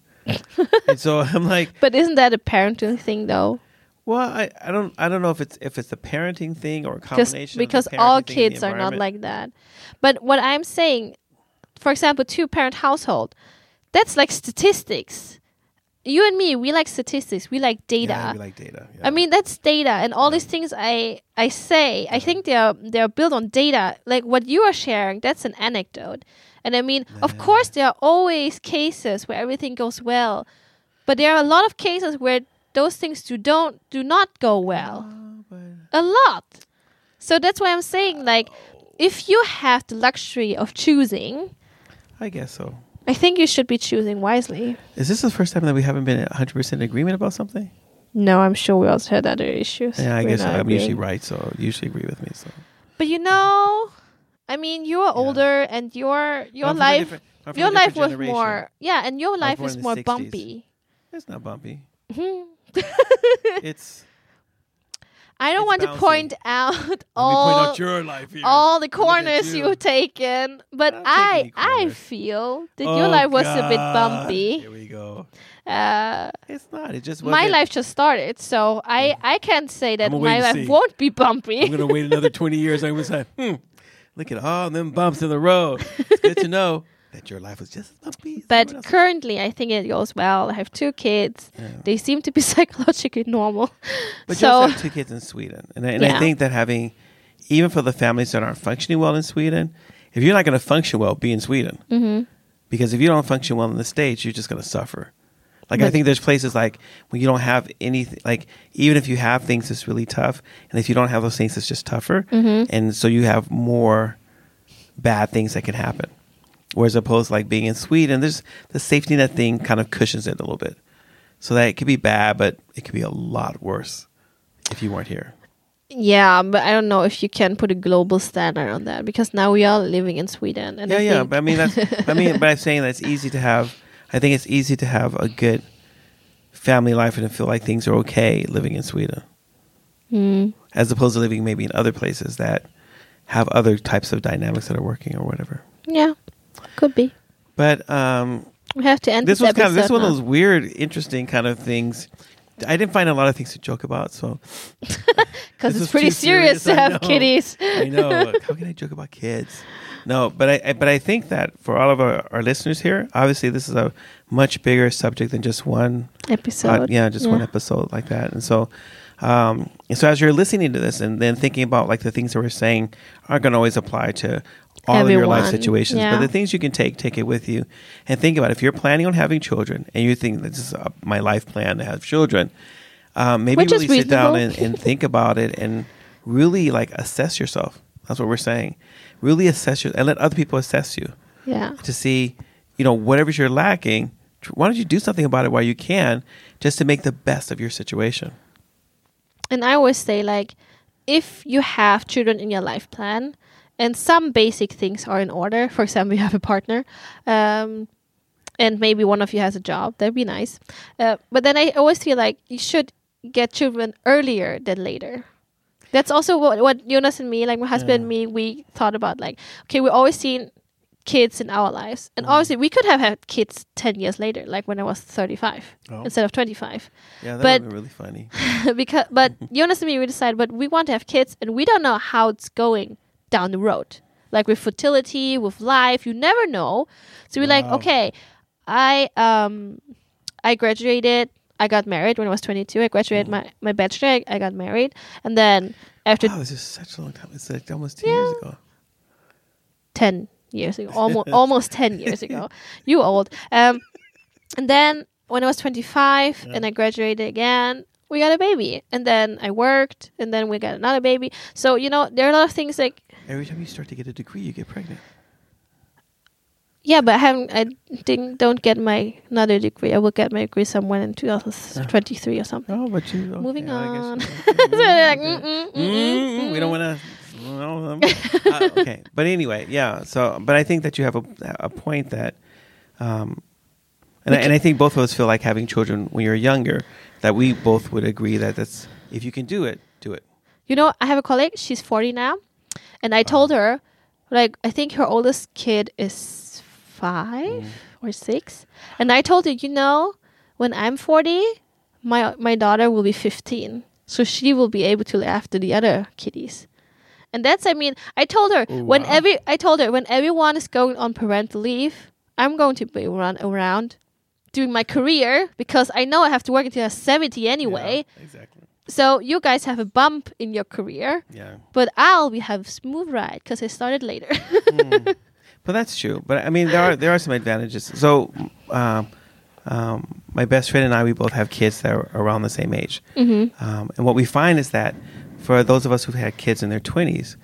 Speaker 1: and so I'm like,
Speaker 2: but isn't that a parenting thing, though?
Speaker 1: well, I, I don't I don't know if it's if it's a parenting thing or a
Speaker 2: Just
Speaker 1: combination. of the
Speaker 2: because
Speaker 1: parenting
Speaker 2: all
Speaker 1: thing, the
Speaker 2: kids are not
Speaker 1: environment.
Speaker 2: like that. But what I'm saying, for example, two parent household, that's like statistics. You and me, we like statistics. We like data.
Speaker 1: Yeah, we like data. yeah.
Speaker 2: I mean that's data and all these things I I say I think they're they're built on data like what you are sharing that's an anecdote and I mean of course there are always cases where everything goes well but there are a lot of cases where those things do don't do not go well
Speaker 1: Ah,
Speaker 2: a lot so that's why I'm saying like
Speaker 1: oh,
Speaker 2: if you have the luxury of choosing
Speaker 1: I guess so.
Speaker 2: I think you should be choosing wisely
Speaker 1: Is this the first time that we haven't been 100 percent agreement about something?
Speaker 2: no I'm sure we also had other issues
Speaker 1: Yeah, I
Speaker 2: We're
Speaker 1: guess
Speaker 2: not
Speaker 1: I'm usually
Speaker 2: agreeing.
Speaker 1: right, so you usually agree with me. So
Speaker 2: But you know, I mean, you are older, and your your
Speaker 1: I'm from a
Speaker 2: life
Speaker 1: different- I'm from
Speaker 2: your
Speaker 1: a
Speaker 2: life
Speaker 1: different
Speaker 2: was
Speaker 1: generation.
Speaker 2: more yeah, and your life
Speaker 1: born
Speaker 2: is
Speaker 1: in the
Speaker 2: more
Speaker 1: 60s.
Speaker 2: bumpy.
Speaker 1: It's not bumpy.
Speaker 2: Mhm.
Speaker 1: It's
Speaker 2: I don't
Speaker 1: It's
Speaker 2: want
Speaker 1: bouncy.
Speaker 2: to point out
Speaker 1: let me
Speaker 2: all
Speaker 1: your life here.
Speaker 2: all the
Speaker 1: at
Speaker 2: corners
Speaker 1: you.
Speaker 2: you. have taken, but
Speaker 1: I don't take
Speaker 2: I
Speaker 1: any
Speaker 2: I
Speaker 1: corners.
Speaker 2: feel that
Speaker 1: Oh,
Speaker 2: your life was a bit
Speaker 1: God.
Speaker 2: bumpy.
Speaker 1: Here we go.
Speaker 2: Uh,
Speaker 1: It's not. It just wasn't.
Speaker 2: my life just started, so I I can't say that
Speaker 1: I'ma wait
Speaker 2: my
Speaker 1: and
Speaker 2: life
Speaker 1: see.
Speaker 2: won't be bumpy.
Speaker 1: I'm gonna wait another 20 years. I was like, hmm, look at all them bumps in the road. It's good to know that your life was just as bumpy. as everyone
Speaker 2: But
Speaker 1: else's.
Speaker 2: currently, I think it goes well. I have two kids.
Speaker 1: Yeah.
Speaker 2: They seem to be psychologically normal.
Speaker 1: But you
Speaker 2: so
Speaker 1: also have two kids in Sweden, and I, and I
Speaker 2: Yeah.
Speaker 1: think that having, even for the families that aren't functioning well in Sweden, if you're not going to function well, be in Sweden. Mm-hmm. Because if you don't function well in the states, you're just going to suffer. Like I
Speaker 2: But-
Speaker 1: think there's places like when you don't have anything. Like even if you have things, it's really tough, and if you don't have those things, it's just tougher.
Speaker 2: Mm-hmm.
Speaker 1: And so you have more bad things that can happen. Whereas opposed to like being in Sweden, there's the safety net thing kind of cushions it a little bit. So that it could be bad, but it could be a lot worse if you weren't here.
Speaker 2: yeah, but I don't know if you can put a global standard on that because now we are living in Sweden. And
Speaker 1: yeah,
Speaker 2: I
Speaker 1: yeah.
Speaker 2: think-
Speaker 1: But I mean, that's. I mean, but I'm saying that it's easy to have. I think it's easy to have a good family life and to feel like things are okay living in Sweden,
Speaker 2: Mm.
Speaker 1: as opposed to living maybe in other places that have other types of dynamics that are working or whatever.
Speaker 2: yeah, could be.
Speaker 1: But um,
Speaker 2: We have to end
Speaker 1: this
Speaker 2: this
Speaker 1: was kind of this
Speaker 2: episode
Speaker 1: one of
Speaker 2: now.
Speaker 1: those weird, interesting kind of things. I didn't find a lot of things to joke about, so
Speaker 2: because
Speaker 1: This
Speaker 2: it's
Speaker 1: was
Speaker 2: pretty
Speaker 1: too serious,
Speaker 2: serious, to
Speaker 1: I
Speaker 2: have
Speaker 1: know.
Speaker 2: kitties.
Speaker 1: I know. How can I joke about kids? No, but I- I but I think that for all of our, our listeners here, obviously this is a much bigger subject than just one
Speaker 2: Episode.
Speaker 1: uh, yeah, just one episode like that. And so, um, and so as you're listening to this and then thinking about like the things that we're saying aren't going to always apply to all of your life
Speaker 2: Everyone,
Speaker 1: situations, but
Speaker 2: yeah.
Speaker 1: the things you can take, take it with you and think about it. if you're planning on having children and you think this is uh, my life plan to have children, um, maybe
Speaker 2: Which is
Speaker 1: really sit down and,
Speaker 2: reasonable.
Speaker 1: and think about it and really like assess yourself. That's what we're saying. Really assess your and let other people assess you
Speaker 2: Yeah.
Speaker 1: to see, you know, whatever's you're lacking, tr- why don't you do something about it while you can, just to make the best of your situation.
Speaker 2: And I always say like, if you have children in your life plan, and some basic things are in order. For example, you have a partner, um, and maybe one of you has a job. That'd be nice. Uh, but then I always feel like you should get children earlier than later. That's also what, what Jonas and me, like my husband and me, we thought about. Like, okay, we always seen kids in our lives. And obviously, we could have had kids 10 years later, like when I was 35
Speaker 1: Oh.
Speaker 2: instead of 25.
Speaker 1: Yeah, that
Speaker 2: But-
Speaker 1: would be really funny.
Speaker 2: because but Jonas and me we decided but we want to have kids and we don't know how it's going down the road like with fertility with life you never know so we're like
Speaker 1: Wow.
Speaker 2: okay i um i graduated i got married when i was 22 i graduated my my bachelor I, I got married and then after
Speaker 1: Wow, it's just such a long time. It's like almost ten years ago.
Speaker 2: 10 years ago almost almost 10 years ago you old um and then when i was 25 and i graduated again we got a baby and then i worked and then we got another baby so you know there are a lot of things like
Speaker 1: Every time you start to get a degree, you get pregnant.
Speaker 2: yeah but i haven't i didn't don't get my another degree i will get my degree somewhere in 2023 or something
Speaker 1: Oh, but you.
Speaker 2: Moving on.
Speaker 1: so
Speaker 2: so they're like mm-mm, mm-mm.
Speaker 1: Mm, Mm-hmm. we don't want to. uh, okay, but anyway, yeah. So, but I think that you have a a point that, um, and I, and I think both of us feel like having children when you're younger. That we both would agree that that's if you can do it, do it.
Speaker 2: You know, I have a colleague, she's 40 now, and I told her, like, I think her oldest kid is five or six. And I told her, you know, when I'm 40, my, my daughter will be 15. So she will be able to look after the other kiddies. And that's, I mean, I told her,
Speaker 1: Oh,
Speaker 2: when
Speaker 1: wow.
Speaker 2: every, I told her, when everyone is going on parental leave, I'm going to be run around doing my career because I know I have to work until I'm 70 anyway.
Speaker 1: exactly.
Speaker 2: So you guys have a bump in your career,
Speaker 1: Yeah.
Speaker 2: but I'll be have smooth ride because I started later.
Speaker 1: Hmm. But that's true. But I mean, there are there are some advantages. So, um, um, my best friend and I, we both have kids that are around the same age. Mm-hmm. Um, and what we find is that for those of us who've had kids in their twenties,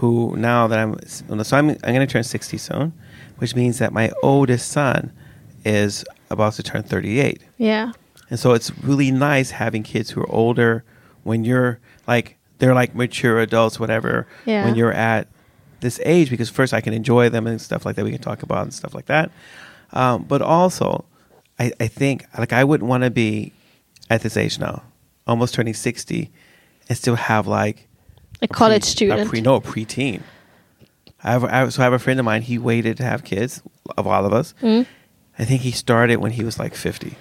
Speaker 1: who now that I'm so I'm I'm going to turn sixty soon, which means that my oldest son is about to turn thirty eight.
Speaker 2: yeah,
Speaker 1: And so it's really nice having kids who are older when you're like they're like mature adults, whatever.
Speaker 2: Yeah.
Speaker 1: When you're at this age, because first I can enjoy them and stuff like that. We can talk about and stuff like that. Um, but also, I, I think like I wouldn't want to be at this age now, almost turning sixty, and still have like
Speaker 2: a college
Speaker 1: pre-
Speaker 2: student.
Speaker 1: A pre, no, a preteen. I have, I, so I have a friend of mine. He waited to have kids of all of us.
Speaker 2: Mm.
Speaker 1: I think he started when he was like fifty.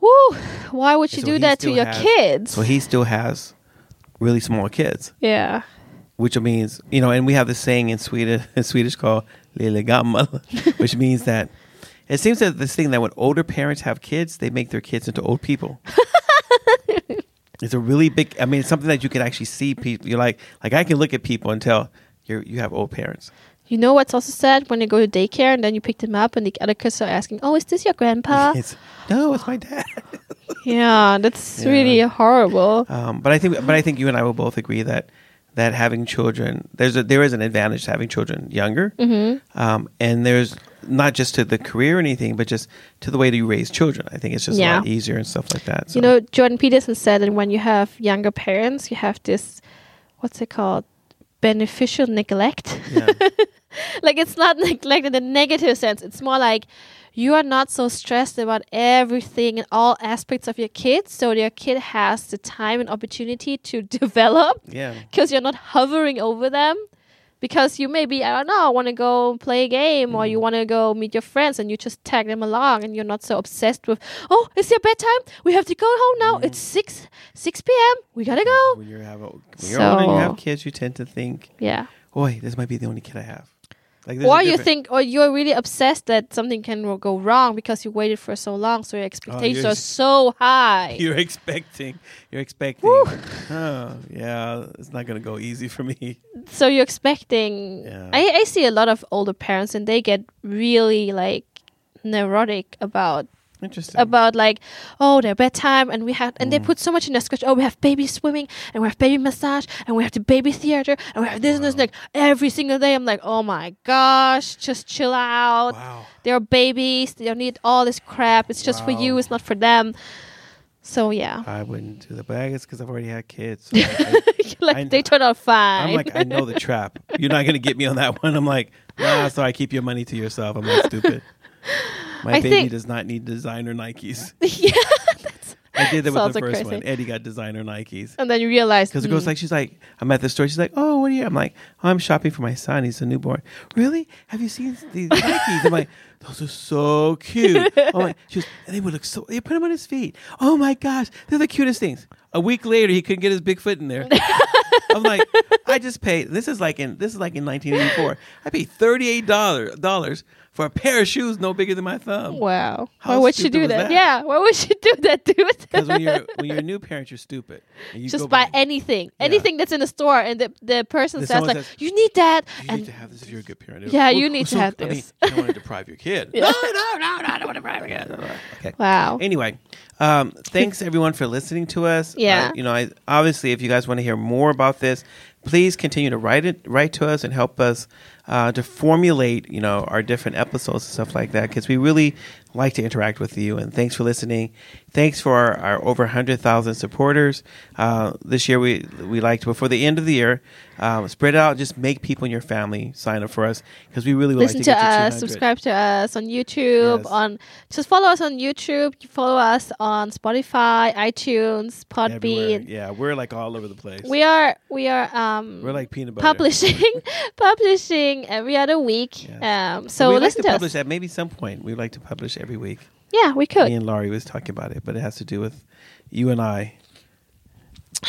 Speaker 2: Woo! Why would you
Speaker 1: So
Speaker 2: do
Speaker 1: he
Speaker 2: that to
Speaker 1: still
Speaker 2: your
Speaker 1: has-
Speaker 2: kids?
Speaker 1: So he still has really small kids,
Speaker 2: yeah,
Speaker 1: which means you know, and we have this saying in Swedish, in Swedish called "lille gammal," which means that it seems that this thing that when older parents have kids, they make their kids into old people. it's a really big. I mean, it's something that you can actually see. People, you're like, like I can look at people and tell you you have old parents.
Speaker 2: you know what's also sad when you go to daycare and then you pick them up and the other kids are asking, "Oh, is this your grandpa?"
Speaker 1: It's no, it's my dad.
Speaker 2: yeah, that's
Speaker 1: Yeah.
Speaker 2: really horrible.
Speaker 1: Um, but I think, but I think you and I will both agree that that having children there's a, there is an advantage to having children younger, mm-hmm. um, and there's not just to the career or anything, but just to the way that you raise children. I think it's just a lot
Speaker 2: Yeah.
Speaker 1: easier and stuff like that. So.
Speaker 2: You know, Jordan Peterson said that when you have younger parents, you have this, what's it called, beneficial neglect.
Speaker 1: yeah,
Speaker 2: like it's not neglect in the negative sense. It's more like you are not so stressed about everything and all aspects of your kid, so your kid has the time and opportunity to develop
Speaker 1: yeah,
Speaker 2: because you're not hovering over them. Because you maybe I don't know want to go play a game or
Speaker 1: Mm-hmm.
Speaker 2: you want to go meet your friends and you just tag them along and you're not so obsessed with oh it's your bedtime we have to go home now it's
Speaker 1: Mm-hmm.
Speaker 2: six six p.m. we gotta go
Speaker 1: When you have a- when you're older, and you
Speaker 2: So-
Speaker 1: have kids, you tend to think,
Speaker 2: yeah
Speaker 1: "Boy, this might be the only kid I have." Like, there's a
Speaker 2: or you
Speaker 1: different-
Speaker 2: think or you're really obsessed that something can ro- go wrong because you waited for so long so your
Speaker 1: Oh,
Speaker 2: expectations
Speaker 1: you're
Speaker 2: are
Speaker 1: s-
Speaker 2: so high
Speaker 1: you're expecting, you're expecting. Oh, yeah, it's not gonna go easy for me.
Speaker 2: so you're expecting
Speaker 1: Yeah.
Speaker 2: I, I see a lot of older parents and they get really like neurotic about
Speaker 1: Interesting.
Speaker 2: about like oh their bedtime and we have and
Speaker 1: Mm.
Speaker 2: they put so much in their schedule oh we have baby swimming and we have baby massage and we have the baby theater and we have this and this and like every single day i'm like oh my gosh just chill out
Speaker 1: wow.
Speaker 2: They're babies. They don't need all this crap. It's just for you.
Speaker 1: Wow.
Speaker 2: It's not for them. So yeah,
Speaker 1: I wouldn't do that, but I guess because I've already had kids. so I-
Speaker 2: like
Speaker 1: I-
Speaker 2: they turn out fine.
Speaker 1: I'm like, I know the trap. You're not gonna get me on that one. I'm like, nah, sorry, keep your money to yourself. I'm not stupid. My
Speaker 2: I
Speaker 1: baby
Speaker 2: think-
Speaker 1: does not need designer Nikes.
Speaker 2: yeah, that's
Speaker 1: I did that with
Speaker 2: Sounds
Speaker 1: the
Speaker 2: so
Speaker 1: first
Speaker 2: crazy.
Speaker 1: one. Eddie got designer Nikes.
Speaker 2: and then you realize "Mm,
Speaker 1: Because the girl's like, she's like, I'm at the store. She's like, oh, what are you? I'm like, oh, I'm shopping for my son. He's a newborn. Really? Have you seen these Nikes? I'm like, those are so cute. Oh my, she was, and they would look so. They put them on his feet. Oh my gosh, they're the cutest things. A week later, he couldn't get his big foot in there. I'm like, I just paid. This is like in this is like in 1984. I paid 38 dollars for a pair of shoes no bigger than my thumb.
Speaker 2: wow.
Speaker 1: How
Speaker 2: why would she
Speaker 1: stupid
Speaker 2: do
Speaker 1: was
Speaker 2: that?
Speaker 1: that?
Speaker 2: Yeah. Why would she do that,
Speaker 1: Because when
Speaker 2: dude?
Speaker 1: you're when you're a new parent, you're stupid. And you go
Speaker 2: Just buy
Speaker 1: by-
Speaker 2: anything, anything that's in the store, and the the person
Speaker 1: If
Speaker 2: says
Speaker 1: someone
Speaker 2: like,
Speaker 1: says,
Speaker 2: "You need that,"
Speaker 1: You
Speaker 2: and
Speaker 1: need to have this if you're a good parent.
Speaker 2: Yeah, you need to have
Speaker 1: I mean,
Speaker 2: this.
Speaker 1: you don't want to deprive your kid. No, no, no, no, I don't want to deprive your kid. No, no, no. Okay.
Speaker 2: wow.
Speaker 1: Anyway, um, thanks everyone for listening to us.
Speaker 2: Yeah.
Speaker 1: I- you know, I, obviously, if you guys want to hear more about this, please continue to write it, write to us, and help us uh, to formulate, you know, our different episodes and stuff like that. Because we really like to interact with you. And thanks for listening. Thanks for our, our over hundred thousand supporters uh, this year. We we like to before the end of the year, um, spread it out. Just make people in your family sign up for us because we really would
Speaker 2: Listen
Speaker 1: like
Speaker 2: to,
Speaker 1: to, get to
Speaker 2: us,
Speaker 1: 200.
Speaker 2: subscribe to us on YouTube,
Speaker 1: Yes.
Speaker 2: on just follow us on YouTube, you follow us on Spotify, iTunes,
Speaker 1: Everywhere.
Speaker 2: Podbean.
Speaker 1: Yeah, we're like all over the place.
Speaker 2: We are we are um
Speaker 1: We're like peanut butter.
Speaker 2: publishing publishing every other week.
Speaker 1: Yes.
Speaker 2: Um so
Speaker 1: we like
Speaker 2: listen
Speaker 1: to
Speaker 2: to
Speaker 1: publish
Speaker 2: us.
Speaker 1: at maybe some point. We like to publish every week.
Speaker 2: Yeah, we could.
Speaker 1: Me and Laurie was talking about it, but it has to do with you and I.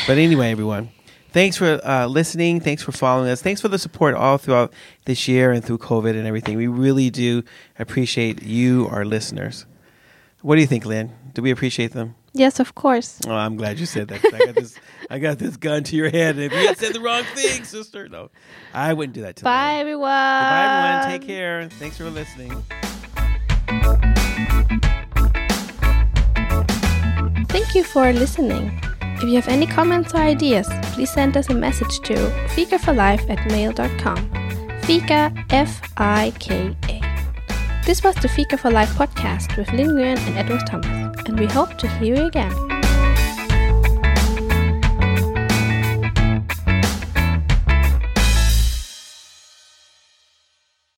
Speaker 1: But anyway, everyone, thanks for uh, listening. Thanks for following us. Thanks for the support all throughout this year and through COVID and everything. We really do appreciate you, our listeners. What do you think, Lynn? Do we appreciate them?
Speaker 2: Yes, of course.
Speaker 1: Oh, I'm glad you said that. 'cause I got this. I got this gun to your head. And if you had said the wrong thing, sister, no, I wouldn't do that to
Speaker 2: Bye
Speaker 1: Lynn.
Speaker 2: everyone.
Speaker 1: Bye, everyone. Take care. Thanks for listening.
Speaker 3: Thank you for listening. If you have any comments or ideas, please send us a message to fikaforlife at mail.com. Fika, F I K A. This was the Fika for Life podcast with Lin Nguyen and Edward Thomas, and we hope to hear you again.